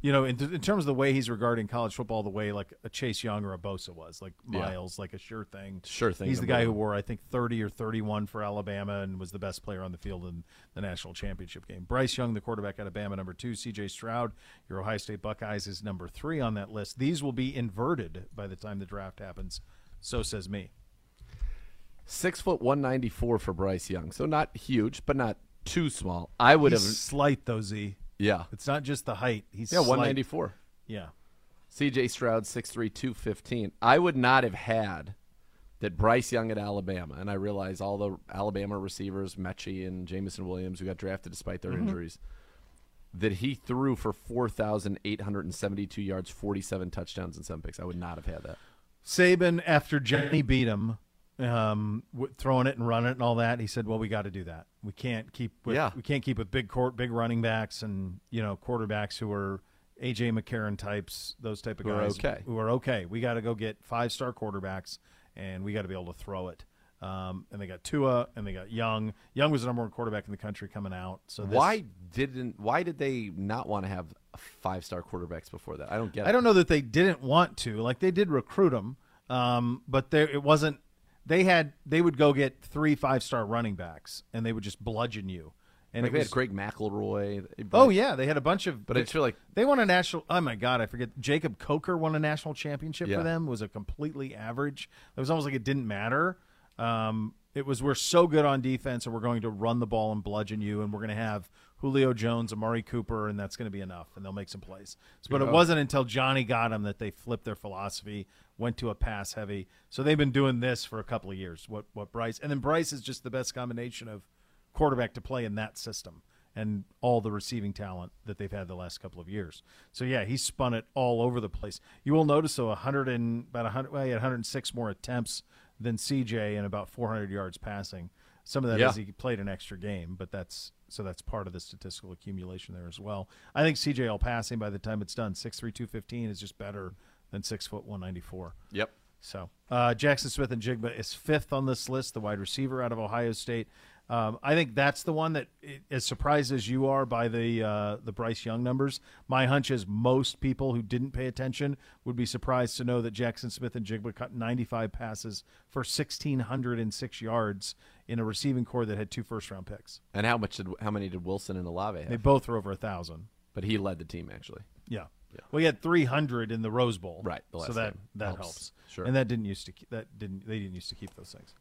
B: you know, in, in terms of the way he's regarding college football, the way like a Chase Young or a Bosa was, like Miles, like a sure thing.
C: Sure thing
B: He's the
C: number
B: guy
C: one.
B: who wore, I think, 30 or 31 for Alabama and was the best player on the field in the national championship game. Bryce Young, the quarterback out of Bama, number two. CJ Stroud, your Ohio State Buckeyes, is number three on that list. These will be inverted by the time the draft happens. So says me.
C: Six foot one ninety four for Bryce Young. So not huge, but not too small. I would have
B: He's slight, though, Z.
C: Yeah.
B: It's not just the height. He's
C: Yeah,
B: slight.
C: one ninety four.
B: Yeah.
C: CJ Stroud, 6'3", 215. I would not have had that Bryce Young at Alabama, and I realize all the Alabama receivers, Mechie and Jamison Williams, who got drafted despite their
B: Mm-hmm.
C: injuries, that he threw for 4,872 yards, 47 touchdowns, and seven picks. I would not have had that.
B: Saban, after Johnny beat him, um, w- throwing it and running it and all that, he said, "Well, we got to do that. We can't keep with
C: Yeah.
B: we can't keep with big court, big running backs, and you know quarterbacks who are AJ McCarron types, those type of
C: Who are
B: guys
C: okay.
B: who are okay. We got to go get five star quarterbacks, and we got to be able to throw it." Um, and they got Tua, and they got Young. Young was the number one quarterback in the country coming out. So this,
C: Why didn't? Why did they not want to have five star quarterbacks before that? I don't get it.
B: I don't know that they didn't want to. Like they did recruit them, um, but there it wasn't. They had they would go get three five star running backs, and they would just bludgeon you. And
C: Like
B: it
C: they
B: was
C: had Greg McElroy.
B: oh yeah, they had a bunch of.
C: but I just feel like
B: they won a national. Oh my god, I forget. Jacob Coker won a national championship
C: Yeah.
B: for them. Was a completely average. It was almost like it didn't matter. Um, It was we're so good on defense, and we're going to run the ball and bludgeon you, and we're going to have Julio Jones, Amari Cooper, and that's going to be enough, and they'll make some plays. So, but it wasn't until Johnny got him that they flipped their philosophy, went to a pass heavy. So they've been doing this for a couple of years. What what Bryce and then Bryce is just the best combination of quarterback to play in that system and all the receiving talent that they've had the last couple of years. So yeah, he spun it all over the place. You will notice though, 100 and about 100, well, he had 106 more attempts than CJ and about 400 yards passing. Some of that is
C: Yeah.
B: he played an extra game, but that's so that's part of the statistical accumulation there as well. I think CJ will pass him by the time it's done. 63215 is just better than 6 foot 194.
C: Yep.
B: So uh, Jackson Smith and Jigba is fifth on this list, the wide receiver out of Ohio State. Um, I think that's the one that, i- as surprised as you are by the uh, the Bryce Young numbers, my hunch is most people who didn't pay attention would be surprised to know that Jackson Smith and Jigba caught 95 passes for 1,606 yards in a receiving core that had two first round picks.
C: And how much did how many did Wilson and Olave have?
B: They both were over a thousand.
C: But he led the team actually.
B: Yeah. Well, he had 300 in the Rose Bowl,
C: Right, the
B: so
C: last
B: that
C: game.
B: that helps.
C: Helps. Sure.
B: And that didn't used to ke- that didn't they didn't used to keep those things.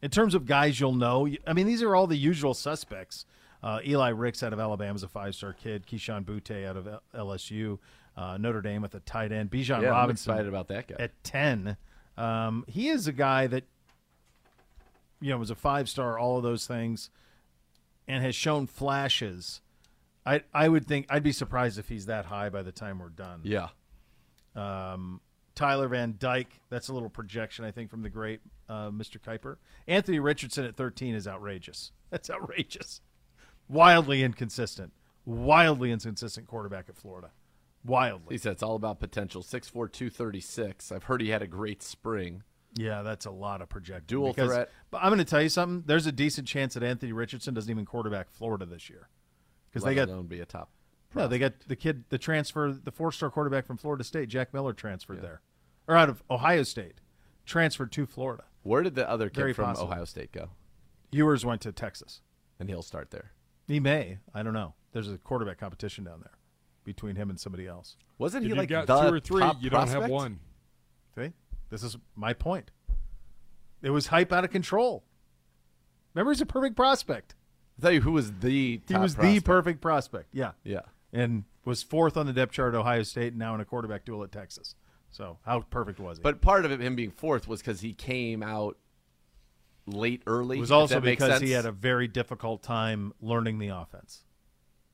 B: In terms of guys you'll know, y- I mean these are all the usual suspects. Uh, Eli Ricks out of Alabama is a five-star kid. Keyshawn Butte out of L- LSU. Uh, Notre Dame with a tight end. Bijan
C: Yeah, I'm
B: Robinson
C: excited about that guy.
B: at 10. Um, he is a guy that, you know, was a five star, all of those things, and has shown flashes. I, I would think I'd be surprised if he's that high by the time we're done.
C: yeah.
B: Tyler Van Dyke, that's a little projection, I think, from the great uh, Mr. Kuiper. Anthony Richardson at 13 is outrageous. (laughs) That's outrageous. Wildly inconsistent. Wildly inconsistent quarterback at Florida.
C: He
B: Wildly.
C: said it's all about potential. Six four two thirty six. I've heard he had a great spring.
B: Yeah, that's a lot of projecting.
C: Dual threat.
B: But I'm going to tell you something. There's a decent chance that Anthony Richardson doesn't even quarterback Florida this year because they
C: Let
B: got
C: alone be a top.
B: no, they got the kid, the transfer, the four-star quarterback from Florida State, Jack Miller, transferred there, or out of Ohio State, transferred to Florida.
C: Where did the other kid
B: Very
C: from
B: possible.
C: Ohio State go?
B: Ewers went to Texas.
C: And he'll start there.
B: He may. I don't know. There's a quarterback competition down there between him and somebody else.
C: Wasn't
D: If
C: he
D: you
C: like
D: got
C: the
D: two or three,
C: top
D: you don't have
C: prospect?
D: one.
B: See, this is my point. It was hype out of control. Remember, he's a perfect prospect.
C: I tell you who was the
B: He
C: top
B: was the
C: prospect.
B: perfect prospect. Yeah.
C: Yeah.
B: and was fourth on the depth chart at Ohio State, and now in a quarterback duel at Texas. So how perfect was he?
C: But part of it, him being fourth was because he came out late early.
B: it was
C: if
B: also
C: that makes
B: because he
C: sense.
B: had a very difficult time learning the offense,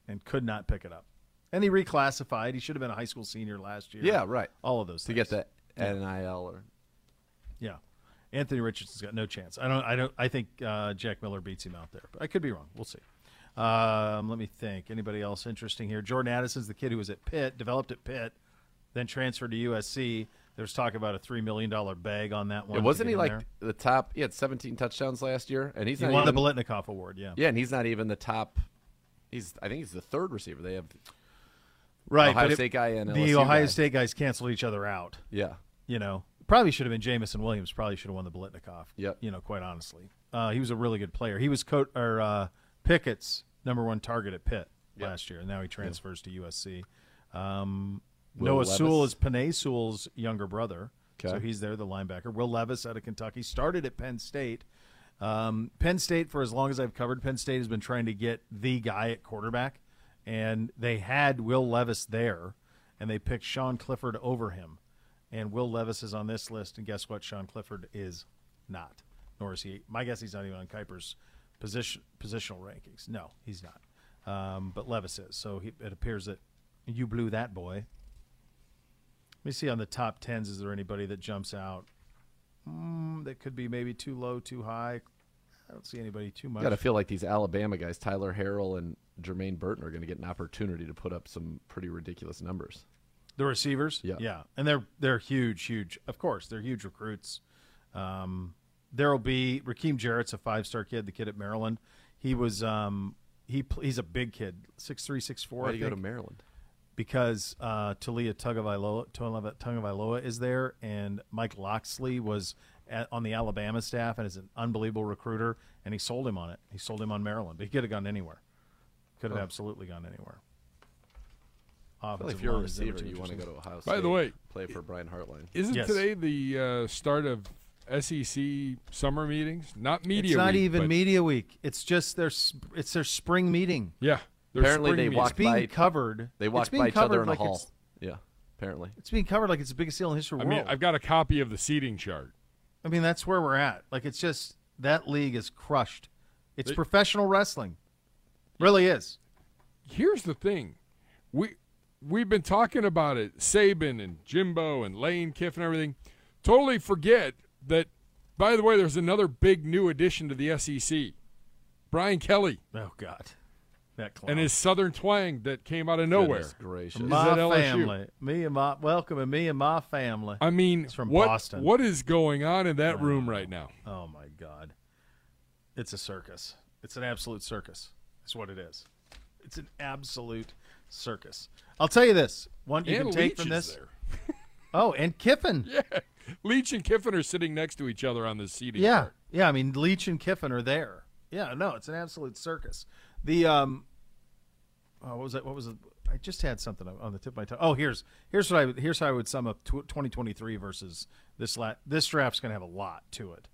B: and could not pick it up. And he reclassified. He should have been a high school senior last year.
C: Yeah, right.
B: All of those
C: to
B: things.
C: get that NIL or
B: Yeah, Anthony Richardson's got no chance. I don't. I don't. I think uh, Jack Miller beats him out there, but I could be wrong. We'll see. Um, let me think. Anybody else interesting here? Jordan Addison's the kid who was at Pitt, developed at Pitt, then transferred to USC. There's talk about a three million dollar bag on that one.
C: Yeah,
B: to
C: wasn't
B: get
C: he
B: him
C: like
B: there.
C: the top? He had 17 touchdowns last year, and he's
B: he
C: not
B: won the
C: even,
B: Bolitnikoff Award? Yeah,
C: yeah, and he's not even the top. He's I think he's the third receiver. They have
B: right.
C: Ohio
B: but it-
C: State guy and
B: the
C: LSU
B: Ohio
C: guy.
B: State guys canceled each other out.
C: yeah,
B: you know, probably should have been Jamison Williams. Probably should have won the Blitnikoff.
C: Yep.
B: You know, quite honestly, uh, he was a really good player. He was co- or uh, Pickett's number one target at Pitt last year, and now he transfers to USC. Um,
C: Will
B: Noah
C: Levis.
B: Sewell is Panay Sewell's younger brother, so
C: Okay.
B: he's there, the linebacker. Will Levis out of Kentucky started at Penn State. Um, Penn State, for as long as I've covered Penn State, has been trying to get the guy at quarterback, and they had Will Levis there, and they picked Sean Clifford over him. And Will Levis is on this list, and guess what? Sean Clifford is not, nor is he. My guess he's not even on Kuiper's position positional rankings. No, he's not. Um, but Levis is. So he, it appears that you blew that boy. Let me see on the top tens. Is there anybody that jumps out? Mm, that could be maybe too low, too high. I don't see anybody too much.
C: got to feel like these Alabama guys, Tyler Harrell and Jermaine Burton, are going to get an opportunity to put up some pretty ridiculous numbers.
B: The receivers,
C: Yeah.
B: yeah, and they're they're huge, huge. Of course, they're huge recruits. Um, there will be Raheem Jarrett's a five star kid, the kid at Maryland. He was um, he pl- he's a big kid, six three, six four.
C: Why
B: I
C: do you go to
B: think,
C: Maryland?
B: because uh, Talia Tungavailoa Tungava- Tungavailoa is there, and Mike Loxley was at, on the Alabama staff and is an unbelievable recruiter, and he sold him on it. He sold him on Maryland, but he could have gone anywhere. Could have absolutely gone anywhere.
C: Well,
B: Offensive
C: if you're a
B: line is never
C: receiver,
B: too
C: you want to
B: interesting.
C: go to Ohio State.
D: By the way,
C: play for Brian Hartline.
D: Isn't
B: Yes.
D: today the uh, start of SEC summer meetings. Not media.
B: It's not
D: week,
B: even
D: but-
B: media week. It's just their s- it's their spring meeting.
D: Yeah. their
C: Apparently
D: spring
C: they
D: meetings.
B: It's
C: walked
B: being
C: by-
B: covered.
C: They walked
B: it's being
C: by each other
B: covered
C: in
B: like
C: a hall.
B: It's,
C: Yeah, apparently.
B: it's being covered like it's the biggest deal in the history
D: I
B: of the
D: mean,
B: world.
D: I've got a copy of the seating chart.
B: I mean, that's where we're at. Like, it's just that league is crushed. It's professional wrestling, really is.
D: here's the thing. We we've been talking about it, Saban and Jimbo and Lane Kiff and everything. Totally forget that by the way, there's another big new addition to the SEC. Brian Kelly
B: Oh God, that clown.
D: and his Southern twang that came out of nowhere.
C: Goodness gracious.
B: my
D: is at LSU.
B: family, me and my welcome, and me and my family.
D: I mean,
B: It's from
D: what,
B: Boston.
D: what is going on in that room right now?
B: oh my God, it's a circus. It's an absolute circus. That's what it is. It's an absolute circus. I'll tell you this: one you
D: and
B: can take
D: Leach
B: from
D: is
B: this.
D: there.
B: Oh, and Kiffin.
D: Leach and Kiffin are sitting next to each other on the seating
B: Yeah,
D: chart.
B: yeah. I mean, Leach and Kiffin are there. Yeah, no, it's an absolute circus. The um, oh, what was that? What was it? I just had something on the tip of my tongue. Oh, here's here's what I would- here's how I would sum up tw- 2023 versus this la- this draft's going to have a lot to it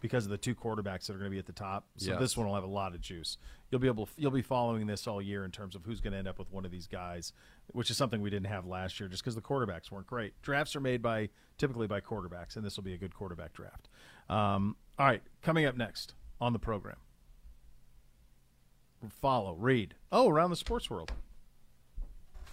B: because of the two quarterbacks that are going to be at the top. So
C: Yes.
B: this one will have a lot of juice. You'll be able you'll be following this all year in terms of who's going to end up with one of these guys, which is something we didn't have last year just because the quarterbacks weren't great. Drafts are made by typically by quarterbacks, and this will be a good quarterback draft. Um, all right, coming up next on the program. Follow, read. Oh, around the sports world.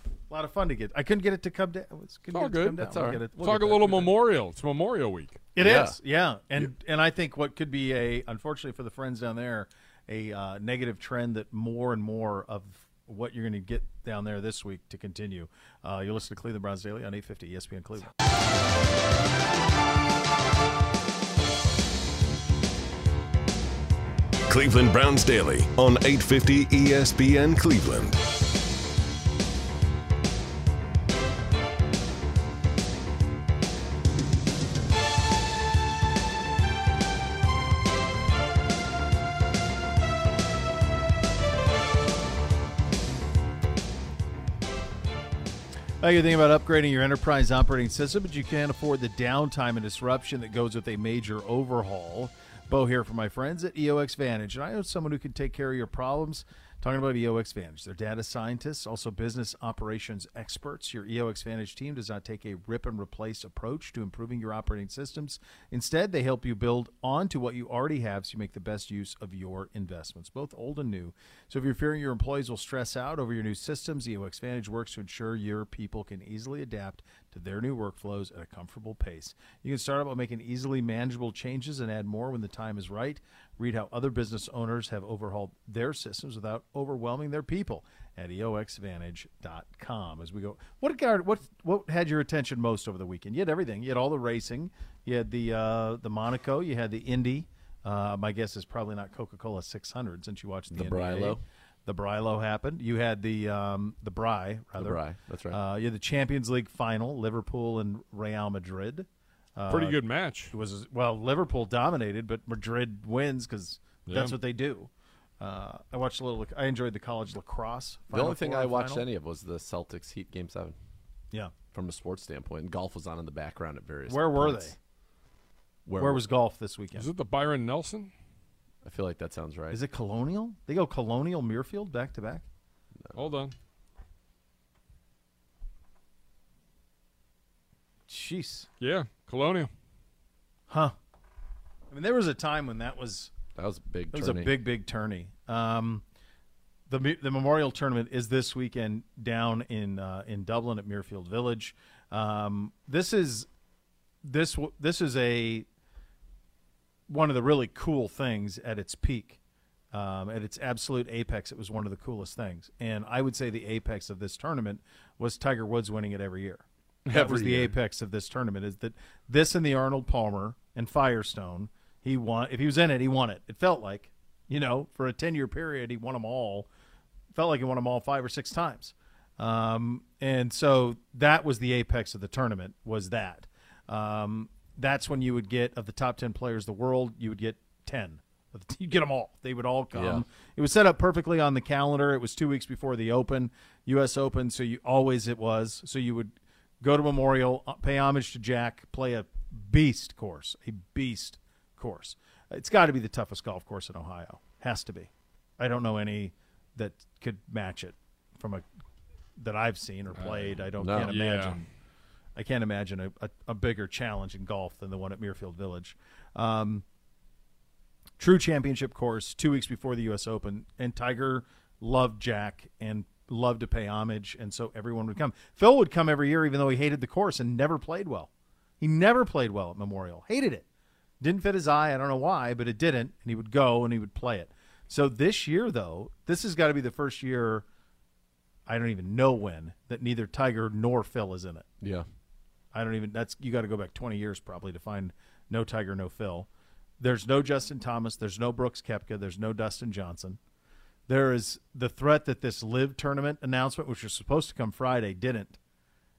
B: A lot of fun to get. I couldn't get it to come down. It's
D: all good.
C: That's all
B: all
C: right.
B: Get it.
D: It's
B: we'll
D: like
B: get
D: a
B: that. We'll
D: little
B: get that.
D: memorial. It's Memorial Week.
B: It is,
C: Yeah.
B: yeah. and and I think what could be a, unfortunately for the friends down there, a uh, negative trend that more and more of what you're going to get down there this week to continue. Uh, you listen to Cleveland Browns Daily on E 850 ESPN Cleveland.
A: Cleveland Browns Daily on E 850 ESPN Cleveland.
B: Uh, you're thinking about upgrading your enterprise operating system, but you can't afford the downtime and disruption that goes with a major overhaul. Bo here for my friends at EOX Vantage, and I know someone who can take care of your problems. Talking about EOX Vantage, they're data scientists, also business operations experts. Your EOX Vantage team does not take a rip and replace approach to improving your operating systems. Instead, they help you build on to what you already have so you make the best use of your investments, both old and new. So if you're fearing your employees will stress out over your new systems, EOX Vantage works to ensure your people can easily adapt to their new workflows at a comfortable pace. You can start out by making easily manageable changes and add more when the time is right. Read how other business owners have overhauled their systems without overwhelming their people at E eoxvantage.com. As we go, what guard, what what had your attention most over the weekend? You had everything. You had all the racing. You had the uh, the Monaco. You had the Indy. Uh, my guess is probably not Coca Cola 600 since you watched the,
C: The
B: NBA.
C: Brillo.
B: The Brillo happened. You had the um, the Bry rather.
C: Bri, that's right.
B: Uh, you had the Champions League final, Liverpool and Real Madrid.
D: Pretty
B: Uh,
D: good match.
B: It was well, Liverpool dominated, but Madrid wins because that's what they do. Uh, I watched a little. I enjoyed the college lacrosse.
C: the
B: Final
C: only thing
B: Four
C: I watched
B: final.
C: any of was the Celtics Heat Game 7
B: Yeah.
C: from a sports standpoint. And golf was on in the background at various
B: Where were
C: points.
B: they? Where was golf this
D: Is
B: weekend?
D: it the Byron Nelson?
C: I feel like that sounds right.
B: Is it Colonial? They go Colonial Muirfield back to back.
D: Hold on.
B: Jeez.
D: Yeah, Colonial.
B: Huh. I mean, there was a time when that was
C: that was a big
B: It was a
C: tourney.
B: big, big tourney. Um, the me- the Memorial Tournament is this weekend down in uh, in Dublin at Muirfield Village. Um, this is this w- this is a one of the really cool things at its peak. Um, at its absolute apex, it was one of the coolest things, and I would say the apex of this tournament was Tiger Woods winning it every year. That was the apex of this tournament. Is that this and the Arnold Palmer and Firestone? He won. If he was in it, he won it. It felt like, you know, for a ten-year period, he won them all. Felt like he won them all five or six times. Um, and so that was the apex of the tournament. Was that? Um, that's when you would get of the top ten players of the world, you would get ten. (laughs) You get them all. They would all come.
C: Yeah.
B: It was set up perfectly on the calendar. It was two weeks before the Open, U.S. Open, so you always it was. So you would Go to Memorial, uh, pay homage to Jack, play a beast course, a beast course. It's got to be the toughest golf course in Ohio. Has to be. I don't know any that could match it from a that I've seen or played. I don't
C: no.
B: can't
D: Yeah.
B: imagine. I can't imagine a, a, a bigger challenge in golf than the one at Muirfield Village. Um, true championship course two weeks before the U.S. Open, and Tiger loved Jack and loved to pay homage, and so everyone would come. Phil would come every year, even though he hated the course and never played well. He never played well at Memorial. Hated it. Didn't fit his eye. I don't know why, but it didn't. And he would go and he would play it. So this year, though, this has got to be the first year. I don't even know when that neither Tiger nor Phil is in it.
C: Yeah.
B: I don't even. That's you got to go back 20 years probably to find no Tiger, no Phil. There's no Justin Thomas. There's no Brooks Kepka. There's no Dustin Johnson. There is the threat that this live tournament announcement, which was supposed to come Friday, didn't.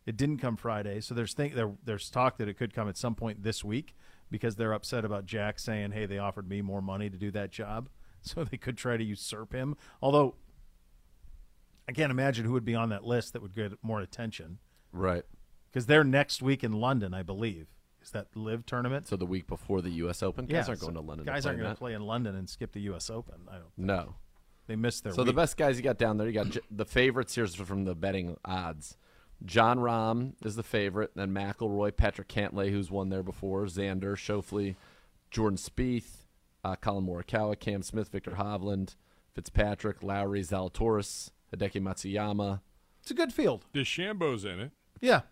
B: It didn't come Friday. So there's think there, there's talk that it could come at some point this week because they're upset about Jack saying, "Hey, they offered me more money to do that job," (laughs) so they could try to usurp him. Although I can't imagine who would be on that list that would get more attention
C: Right.
B: because they're next week in London, I believe. Is that live tournament?
C: So the week before the U.S. Open, guys aren't
B: so
C: going to London.
B: Guys
C: to play
B: aren't going
C: that.
B: to play in London and skip the U.S. Open. I don't.
C: No.
B: They missed their.
C: So the
B: week.
C: best guys you got down there, you got J- the favorites here's from the betting odds. John Rahm is the favorite, then McElroy, Patrick Cantlay, who's won there before, Xander, Schauffele, Jordan Spieth, uh, Colin Morikawa, Cam Smith, Victor Hovland, Fitzpatrick, Lowry, Zalatoris, Hideki Matsuyama.
B: It's a good field.
D: DeChambeau's in it.
B: Yeah,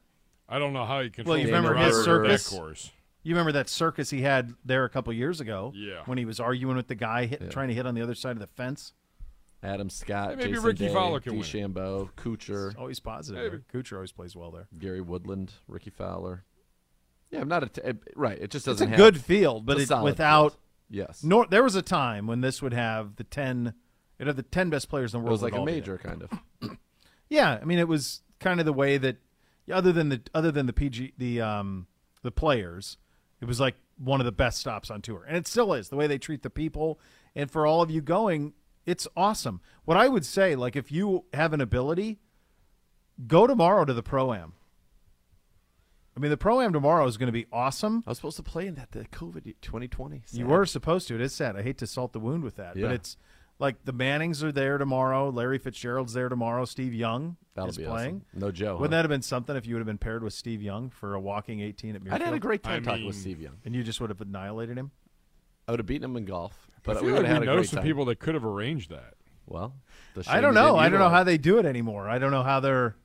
D: I don't know how you control
B: Well, you
D: the
B: remember
C: his
D: driver of that
B: circus?
D: course.
B: you remember that circus he had there a couple years ago?
D: Yeah.
B: When he was arguing with the guy hit, trying to hit on the other side of the fence.
C: Adam Scott,
D: Maybe
C: Jason
D: Ricky
C: Day,
D: Fowler can win it.
C: DeChambeau, Kuchar,
B: Always positive. right? Kuchar always plays well there.
C: Gary Woodland, Ricky Fowler. Yeah, I'm not a t- eh, right. It just
B: It's a
C: doesn't. have,
B: good field,
C: it's
B: but
C: a
B: it,
C: solid
B: without
C: field. Yes,
B: nor there was a time when this would have the ten. It had the ten best players in the
C: it
B: world.
C: was like
B: would
C: a
B: all be there.
C: major kind of.
B: Yeah, I mean, it was kind of the way that, other than the other than the PG the um the players, it was like one of the best stops on tour, and it still is the way they treat the people. And for all of you going, it's awesome. What I would say, like if you have an ability, go tomorrow to the pro am. I mean, the pro am tomorrow is going to be awesome.
C: I was supposed to play in that the COVID year- 2020.
B: You
C: sad.
B: were supposed to. It is sad. I hate to salt the wound with that,
C: Yeah.
B: but it's like the Mannings are there tomorrow. Larry Fitzgerald's there tomorrow. Steve Young
C: That'll
B: is
C: be
B: playing.
C: awesome. No Joe.
B: Wouldn't
C: huh?
B: that have been something if you would have been paired with Steve Young for a walking 18 at
C: I'd
B: Muirfield?
C: had a great time
D: I
C: talking with
D: mean-
C: Steve Young.
B: And you just would have annihilated him?
C: I would have beaten him in golf, but
D: I
C: we
D: feel
C: would
D: like
C: have had
D: we
C: a
D: know
C: great
D: some
C: time.
D: people that could have arranged that.
C: Well,
B: I
C: the shame
B: don't
C: you
B: know.
C: didn't
B: I don't know
C: utilize
B: how they do it anymore. I don't know how they're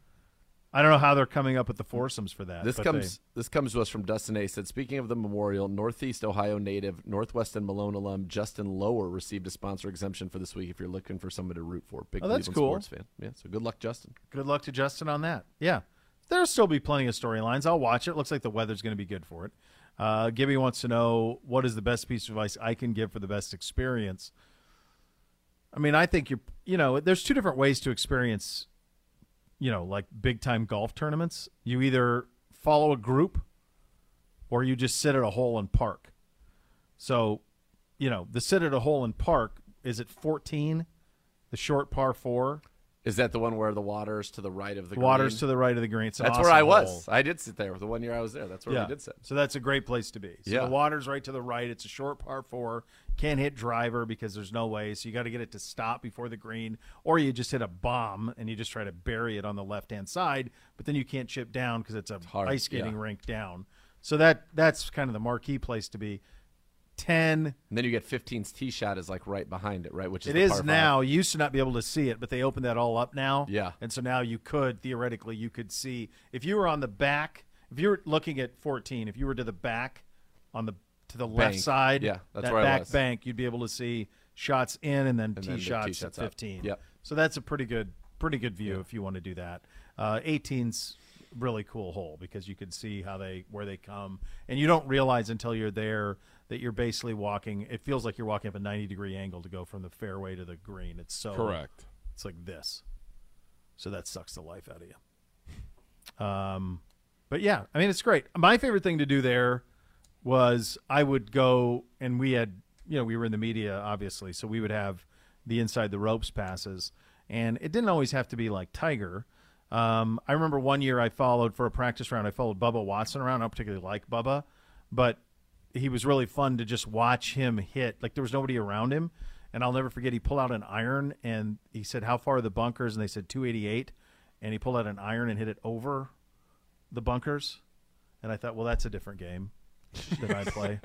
B: I don't know how they're coming up with the foursomes for that.
C: This
B: but
C: comes
B: they-
C: this comes to us from Dustin A. Said speaking of the memorial, Northeast Ohio native, Northwestern Malone alum Justin Lower received a sponsor exemption for this week. If you're looking for someone to root for, big
B: Oh, that's
C: Cleveland
B: cool.
C: sports fan. Yeah, so good luck, Justin.
B: good luck to Justin on that. Yeah. There'll still be plenty of storylines. I'll watch it. Looks like the weather's going to be good for it. Uh, Gibby wants to know what is the best piece of advice I can give for the best experience. I mean, I think you're, you know, there's two different ways to experience you know, like big time golf tournaments, you either follow a group or you just sit at a hole and park. So, you know, the sit at a hole and park is at 14, the short par four,
C: Is that the one where the water's to the right of the
B: waters
C: green?
B: to the right of the green. It's an
C: That's
B: awesome
C: where I
B: hole.
C: was. I did sit there the one year I was there. That's where
B: yeah.
C: we did sit.
B: So that's a great place to be. So
C: Yeah.
B: the water's right to the right. It's a short par four. Can't hit driver because there's no way. So you got to get it to stop before the green, or you just hit a bomb and you just try to bury it on the left hand side. But then you can't chip down because it's a
C: hard,
B: ice skating
C: yeah.
B: rink down. So that that's kind of the marquee place to be. Ten.
C: And then you get 15's tee shot is like right behind it, right? Which is
B: It
C: the par
B: is
C: five.
B: now. You used to not be able to see it, but they opened that all up now.
C: Yeah.
B: And so now you could theoretically you could see if you were on the back, if you were looking at 14, if you were to the back on the to the left
C: Bank.
B: side,
C: Yeah, that's
B: that
C: where I
B: back
C: was.
B: bank, you'd be able to see shots in and then tee
C: then the tee
B: shots at
C: shots up.
B: 15.
C: Yep.
B: So that's a pretty good pretty good view if you want to do that. Uh 18's really cool hole because you can see how they where they come and you don't realize until you're there that you're basically walking it feels like you're walking up a 90 degree angle to go from the fairway to the green. It's
C: Oh.
B: so
D: Correct.
B: it's like this. So that sucks the life out of you. Um, but yeah, I mean, it's great. My favorite thing to do there was I would go and we had, you know, we were in the media, obviously. So we would have the inside the ropes passes. And it didn't always have to be like Tiger. Um, I remember one year I followed for a practice round. I followed Bubba Watson around. I don't particularly like Bubba, but he was really fun to just watch him hit. Like there was nobody around him, and I'll never forget. He pulled out an iron and he said, "How far are the bunkers?" And they said 288, and he pulled out an iron and hit it over the bunkers. And I thought, well, that's a different game that I
C: (laughs)
B: play.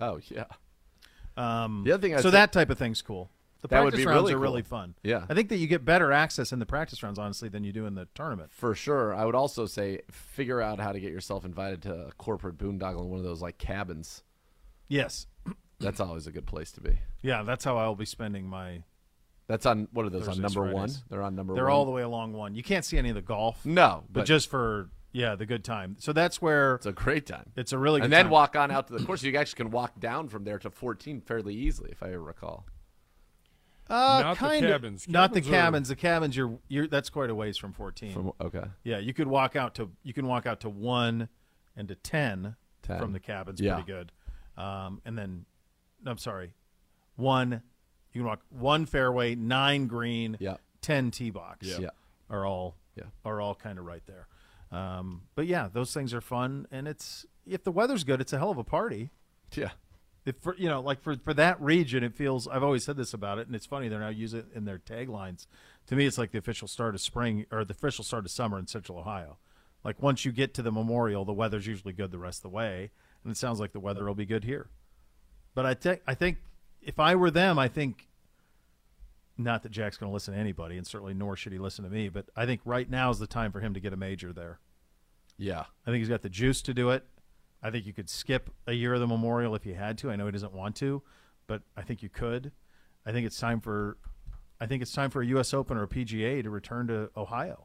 C: Oh yeah,
B: Um,
C: The other thing I'd
B: so
C: say-
B: that type of thing's cool. The
C: That would
B: practice
C: be
B: rounds
C: really
B: are really
C: cool.
B: fun.
C: Yeah.
B: I think that you get better access in the practice rounds, honestly, than you do in the tournament.
C: for sure. I would also say figure out how to get yourself invited to a corporate boondoggle in one of those like cabins.
B: Yes.
C: That's always a good place to be.
B: (clears throat) Yeah, that's how I'll be spending my.
C: That's on what are those
B: Thursdays,
C: on number one?
B: Fridays.
C: They're on number.
B: They're
C: one. Mm,
B: all the way along one. You can't see any of the golf,
C: no,
B: but, just for yeah, the good time. So that's where
C: it's a great time.
B: it's a really good
C: and then
B: time.
C: walk on out to
B: (clears throat)
C: the course. You actually can walk down from there to 14 fairly easily, if I recall.
B: Uh,
D: Not the
B: kinda-
D: cabins.
B: Not the
D: Cabins are-
B: cabins. The cabins you're you're that's quite a ways from 14.
C: From, okay.
B: yeah, you could walk out to you can walk out to 1 and to 10,
C: 10.
B: from the cabins
C: Yeah.
B: pretty good. Um, and then no, I'm sorry. 1 you can walk 1 fairway, 9 green,
C: Yeah.
B: 10 tee box.
C: Yeah.
B: Are all
C: Yeah.
B: are all kind of right there. Um, but yeah, those things are fun and it's if the weather's good, it's a hell of a party
C: Yeah.
B: if for you know like for for that region it feels i've always said this about it and it's funny they're now using it in their taglines to me it's like the official start of spring or the official start of summer in central ohio like once you get to the memorial the weather's usually good the rest of the way and it sounds like the weather will be good here but i think i think if i were them i think not that jack's going to listen to anybody and certainly nor should he listen to me but i think right now is the time for him to get a major there
C: Yeah.
B: I think he's got the juice to do it. I think you could skip a year of the Memorial if you had to. I know he doesn't want to, but I think you could. I think it's time for, I think it's time for a U.S. Open or a PGA to return to Ohio.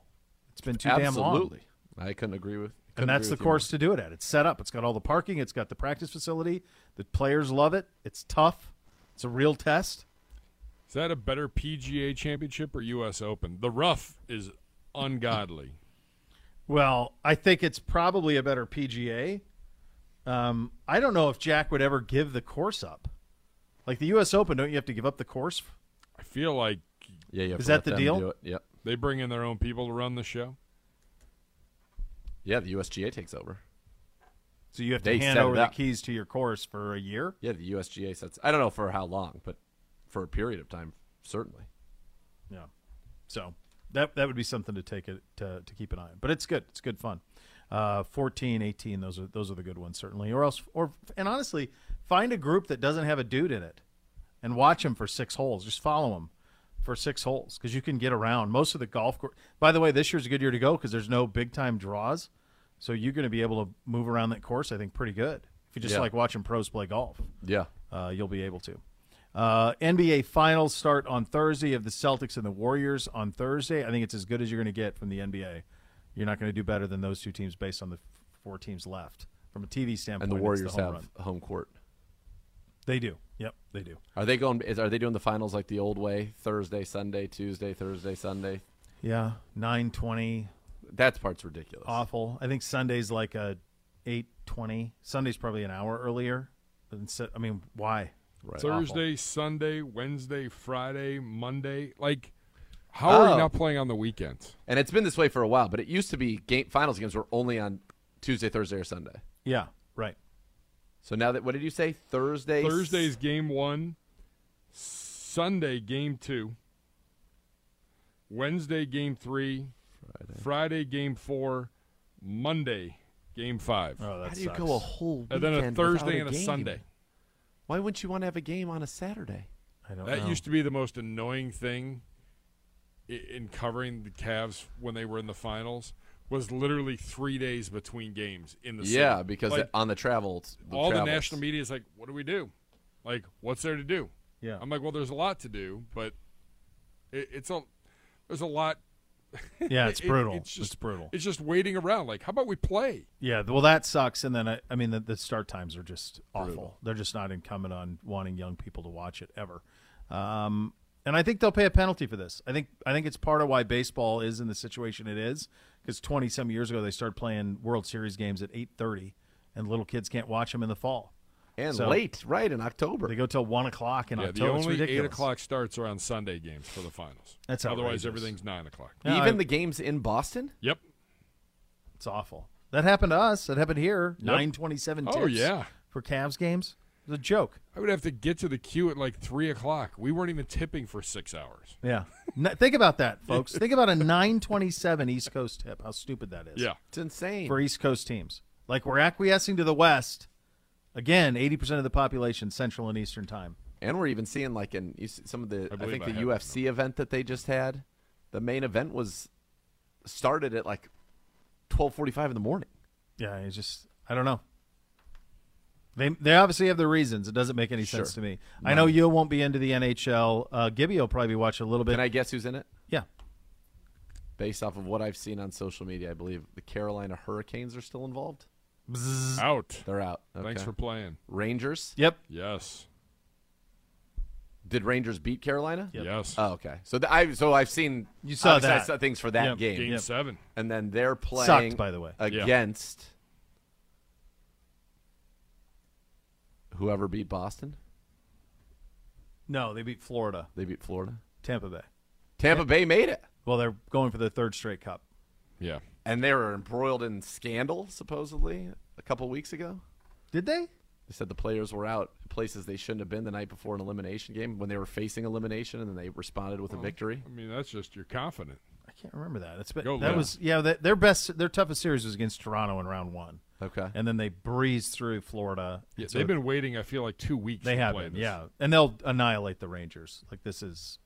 B: It's been too damn long,
C: Absolutely. I couldn't agree with.
B: and
C: couldn't
B: that's the
C: agree with you
B: course to do it at. It's set up. It's got all the parking. It's got the practice facility. The players love it. It's tough. It's a real test.
D: Is that a better PGA championship or US Open? The rough is ungodly.
B: Well, I think it's probably a better PGA. Um, I don't know if Jack would ever give the course up. Like the U.S. Open, don't you have to give up the course?
D: I feel like
C: more. Yeah. You have
B: Is
C: to
B: that
C: let
B: the
C: them
B: deal?
C: do it. Yep.
D: they bring in their own people to run the show.
C: Yeah. The USGA takes over.
B: So you have to
C: They
B: hand
C: set it
B: over the
C: up.
B: keys to your course for a year.
C: Yeah. The USGA sets. I don't know for how long, but for a period of time, certainly.
B: Yeah. So that that would be something to take it to, to keep an eye on. But it's good. It's good fun. Uh, 14, 18, those are those are the good ones certainly. Or else or and honestly, find a group that doesn't have a dude in it and watch them for six holes. Just follow them for six holes cuz you can get around most of the golf course. By the way, this year's a good year to go cuz there's no big time draws. So you're going to be able to move around that course I think pretty good. If you just
C: Yeah.
B: like watching pros play golf.
C: Yeah.
B: uh, you'll be able to. Uh, NBA Finals start on Thursday of the Celtics and the Warriors on Thursday. I think it's as good as you're going to get from the NBA. You're not going to do better than those two teams based on the f- four teams left from a TV standpoint.
C: And the
B: it's
C: Warriors
B: home
C: have
B: run.
C: home court.
B: They do. Yep, they do.
C: Are they going? Is, are they doing the finals like the old way? Thursday, Sunday, Tuesday, Thursday, Sunday.
B: Yeah, nine twenty.
C: That part's ridiculous.
B: Awful. I think Sunday's like a eight twenty. Sunday's probably an hour earlier. But instead, I mean, why?
C: Right.
D: Thursday, Sunday, Wednesday, Friday, Monday. Like, how are
C: Oh.
D: you not playing on the weekends?
C: And it's been this way for a while, but it used to be game finals games were only on Tuesday, Thursday, or Sunday.
B: Yeah, right.
C: So now that what did you say? Thursday.
D: Thursday's game one, Sunday game two, Wednesday game three, Friday, game four, Monday game five,
B: Oh, that
C: How do you
B: sucks.
C: go a whole
D: and then a
C: weekend without
D: Thursday and a
C: game?
D: Sunday.
C: Why wouldn't you want to have a game on a Saturday?
B: I don't
D: That
B: know.
D: used to be the most annoying thing i- in covering the Cavs when they were in the finals was literally three days between games in the city.
C: Yeah, because
D: Like,
C: on the travels,
D: all
C: travels.
D: the national media is like, what do we do? Like, what's there to do?
B: Yeah.
D: I'm like, well, there's a lot to do, but it, it's a there's a lot.
B: (laughs) yeah, it's
D: it-
B: brutal.
D: it's just
B: it's brutal.
D: It's just waiting around. Like, how about we play?
B: Yeah, well, that sucks. And then I, I mean, the, the start times are just awful. They're just not incumbent on wanting young people to watch it ever. Um, and I think they'll pay a penalty for this. I think I think it's part of why baseball is in the situation it is because twenty some years ago they started playing World Series games at eight thirty, and little kids can't watch them in the fall.
C: and
B: So-
C: late, right in October.
B: They go till one o'clock in
D: Yeah,
B: October.
D: the
B: It's
D: only eight
B: ridiculous.
D: o'clock starts are on Sunday games for the finals.
B: That's outrageous.
D: otherwise everything's nine o'clock.
B: Yeah,
C: Even
B: I-
C: the games in Boston.
D: Yep.
B: It's awful. That happened to us. That happened here. Nine twenty-seven.
D: Oh, yeah.
B: For Cavs games, it's a joke.
D: I would have to get to the queue at like three o'clock. We weren't even tipping for six hours.
B: Yeah. N- think about that, folks. think about a nine twenty-seven East Coast tip. How stupid that is.
D: Yeah.
C: It's insane.
B: For East Coast teams, like we're acquiescing to the West. Again, eighty percent of the population Central and Eastern time.
C: And we're even seeing like in you see some of the I,
D: believe
C: think
D: I
C: the
D: have
C: UFC event that they just had, the main event was started at like twelve forty five in the morning.
B: Yeah, it's just I don't know. They they obviously have their reasons. It doesn't make any sense to
C: Sure.
B: me. I know you won't be into the NHL. Uh, Gibby will probably be watching a little bit.
C: Can I guess who's in it?
B: yeah,
C: Based off of what I've seen on social media, I believe the Carolina Hurricanes are still involved.
D: Out.
C: They're out.
D: Thanks
C: Okay.
D: for playing.
C: Rangers.
B: yep.
D: Yes.
C: Did Rangers beat Carolina?
D: Yes.
B: Uh,
C: Oh, okay. So the, I so I've seen you
B: saw that.
C: I saw things for that
B: Yep.
C: game,
D: Game seven.
C: and then they're playing
B: by the way.
D: Yeah.
C: against whoever beat Boston.
B: No, they beat Florida,
C: They beat Florida.
B: Tampa Bay.
C: Tampa Bay made it,
B: Well, they're going for their third straight cup.
D: Yeah.
C: and they were embroiled in scandal supposedly a couple weeks ago.
B: Did they?
C: They said the players were out places they shouldn't have been the night before an elimination game when they were facing elimination, and then they responded
B: Oh.
C: with a victory.
D: I mean, that's just you're confident.
B: I can't remember that. It's been,
D: Go
B: that
D: Lions.
B: was yeah. That, their best, their toughest series was against Toronto in round one,
C: Okay.
B: and then they breezed through Florida.
D: Yeah,
B: So
D: they've been waiting. I feel like two weeks.
B: they
D: to
B: have
D: play
B: been,
D: this.
B: yeah, and they'll annihilate the Rangers. Like this is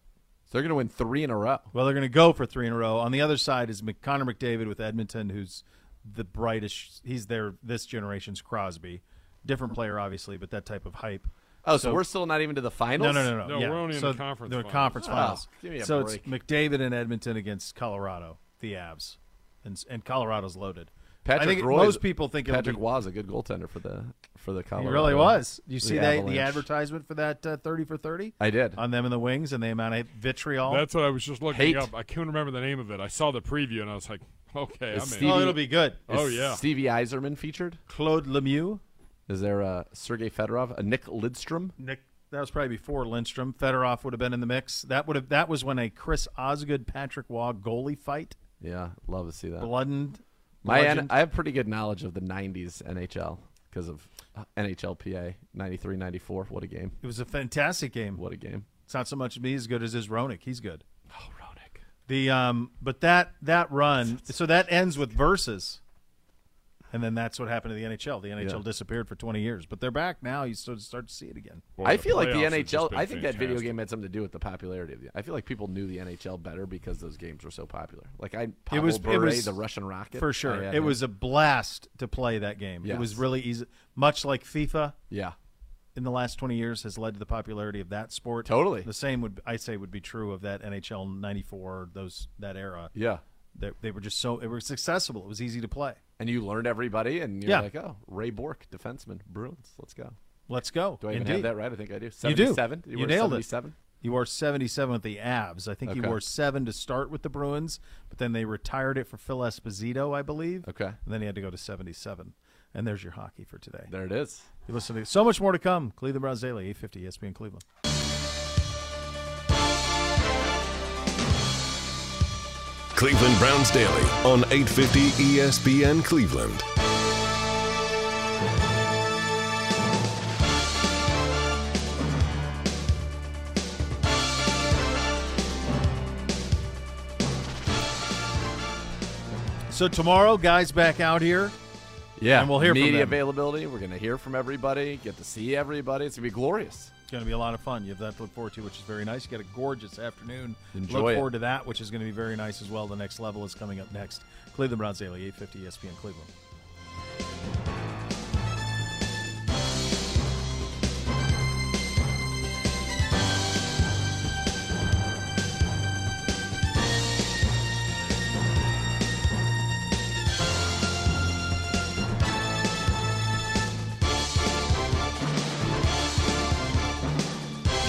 C: So they're going to win three in a row.
B: Well, they're going to go for three in a row. On the other side is Mc- Connor McDavid with Edmonton, who's the brightest. He's their this generation's Crosby, different player obviously, but that type of hype.
C: Oh, so, we're still not even to the finals.
B: No, no, no, no.
D: No,
B: yeah.
D: we're only in
B: so
D: the conference
B: they're
D: finals.
B: conference finals.
C: Oh, give me a
B: so it's
C: break.
B: McDavid and Edmonton against Colorado, the Avs, and and Colorado's loaded.
C: Patrick
B: I think
C: Roy-
B: most people think it'll
C: Patrick
B: be,
C: was a good goaltender for the for the
B: he
C: Colorado.
B: really was. You see that
C: Avalanche.
B: the advertisement for that uh, thirty for thirty
C: I did.
B: on them in the wings and the amount of vitriol.
D: That's what I was just looking
C: Hate.
D: up. I couldn't remember the name of it. I saw the preview and I was like, okay,
C: It's
D: I'm
C: Steve-
D: in.
B: oh, it'll be good.
D: Oh
C: Is
D: yeah.
C: Stevie Eiserman featured.
B: Claude Lemieux.
C: Is there a Sergey Fedorov, a Nick Lidstrom?
B: Nick. That was probably before Lindstrom. Fedorov would have been in the mix. That would have. That was when a Chris Osgood Patrick Waugh goalie fight
C: Yeah, love to see that.
B: bludgeoned.
C: My N-
B: bludgeoned.
C: I have pretty good knowledge of the '90s NHL because of uh, NHLPA '93, '94. What a game!
B: it was a fantastic game.
C: What a game!
B: It's not so much me as good as his Ronick. He's good.
C: Oh, Ronick.
B: The um, but that that run. So that ends with versus, and then that's what happened to the NHL. The NHL
C: Yeah.
B: disappeared for twenty years, but they're back now. You sort of start to see it again.
D: Boy,
C: I feel like the
D: playoffs have just
C: NHL.
D: been
C: I think that video
D: fantastic.
C: game had something to do with the popularity of the. I feel like people knew the NHL better because those games were so popular. Like I, Pavel
B: was- it
C: Bure,
B: was-
C: the Russian Rocket
B: For
C: I
B: sure,
C: had
B: it
C: him.
B: was a blast to play that game. It
C: Oh, Yes.
B: was really easy, much like FIFA.
C: Yeah,
B: in the last 20 years has led to the popularity of that sport.
C: Totally.
B: The same would I say would be true of that NHL 94 those that era.
C: yeah.
B: They, they were just so it was accessible. It was easy to play.
C: And you learned everybody, and you're
B: Yeah.
C: like, oh, Ray Bork, defenseman, Bruins. Let's go.
B: Let's go.
C: Do I even have
B: Indeed.
C: that right? I think I do.
B: You do.
C: 77?
B: You
C: were
B: nailed
C: 77?
B: it. You wore 77 with the Avs. I think you
C: Okay.
B: wore 7 to start with the Bruins, but then they retired it for Phil Esposito, I believe.
C: Okay.
B: And then he had to go to 77. And there's your hockey for today.
C: There it is.
B: You listen to so much more to come. Cleveland Browns Daily, E 850 ESPN Cleveland.
A: Cleveland Browns Daily on E 850 ESPN Cleveland.
B: So tomorrow, guys back out here.
C: Yeah.
B: And we'll hear from
C: Media
B: them.
C: availability. We're going to hear from everybody, get to see everybody. It's going to be glorious.
B: It's going to be a lot of fun. You have that to look forward to, which is very nice. You got a gorgeous afternoon.
C: Enjoy
B: look
C: it.
B: forward to that, which is going to be very nice as well. The next level is coming up next. Cleveland Browns Daily, E 850 ESPN Cleveland.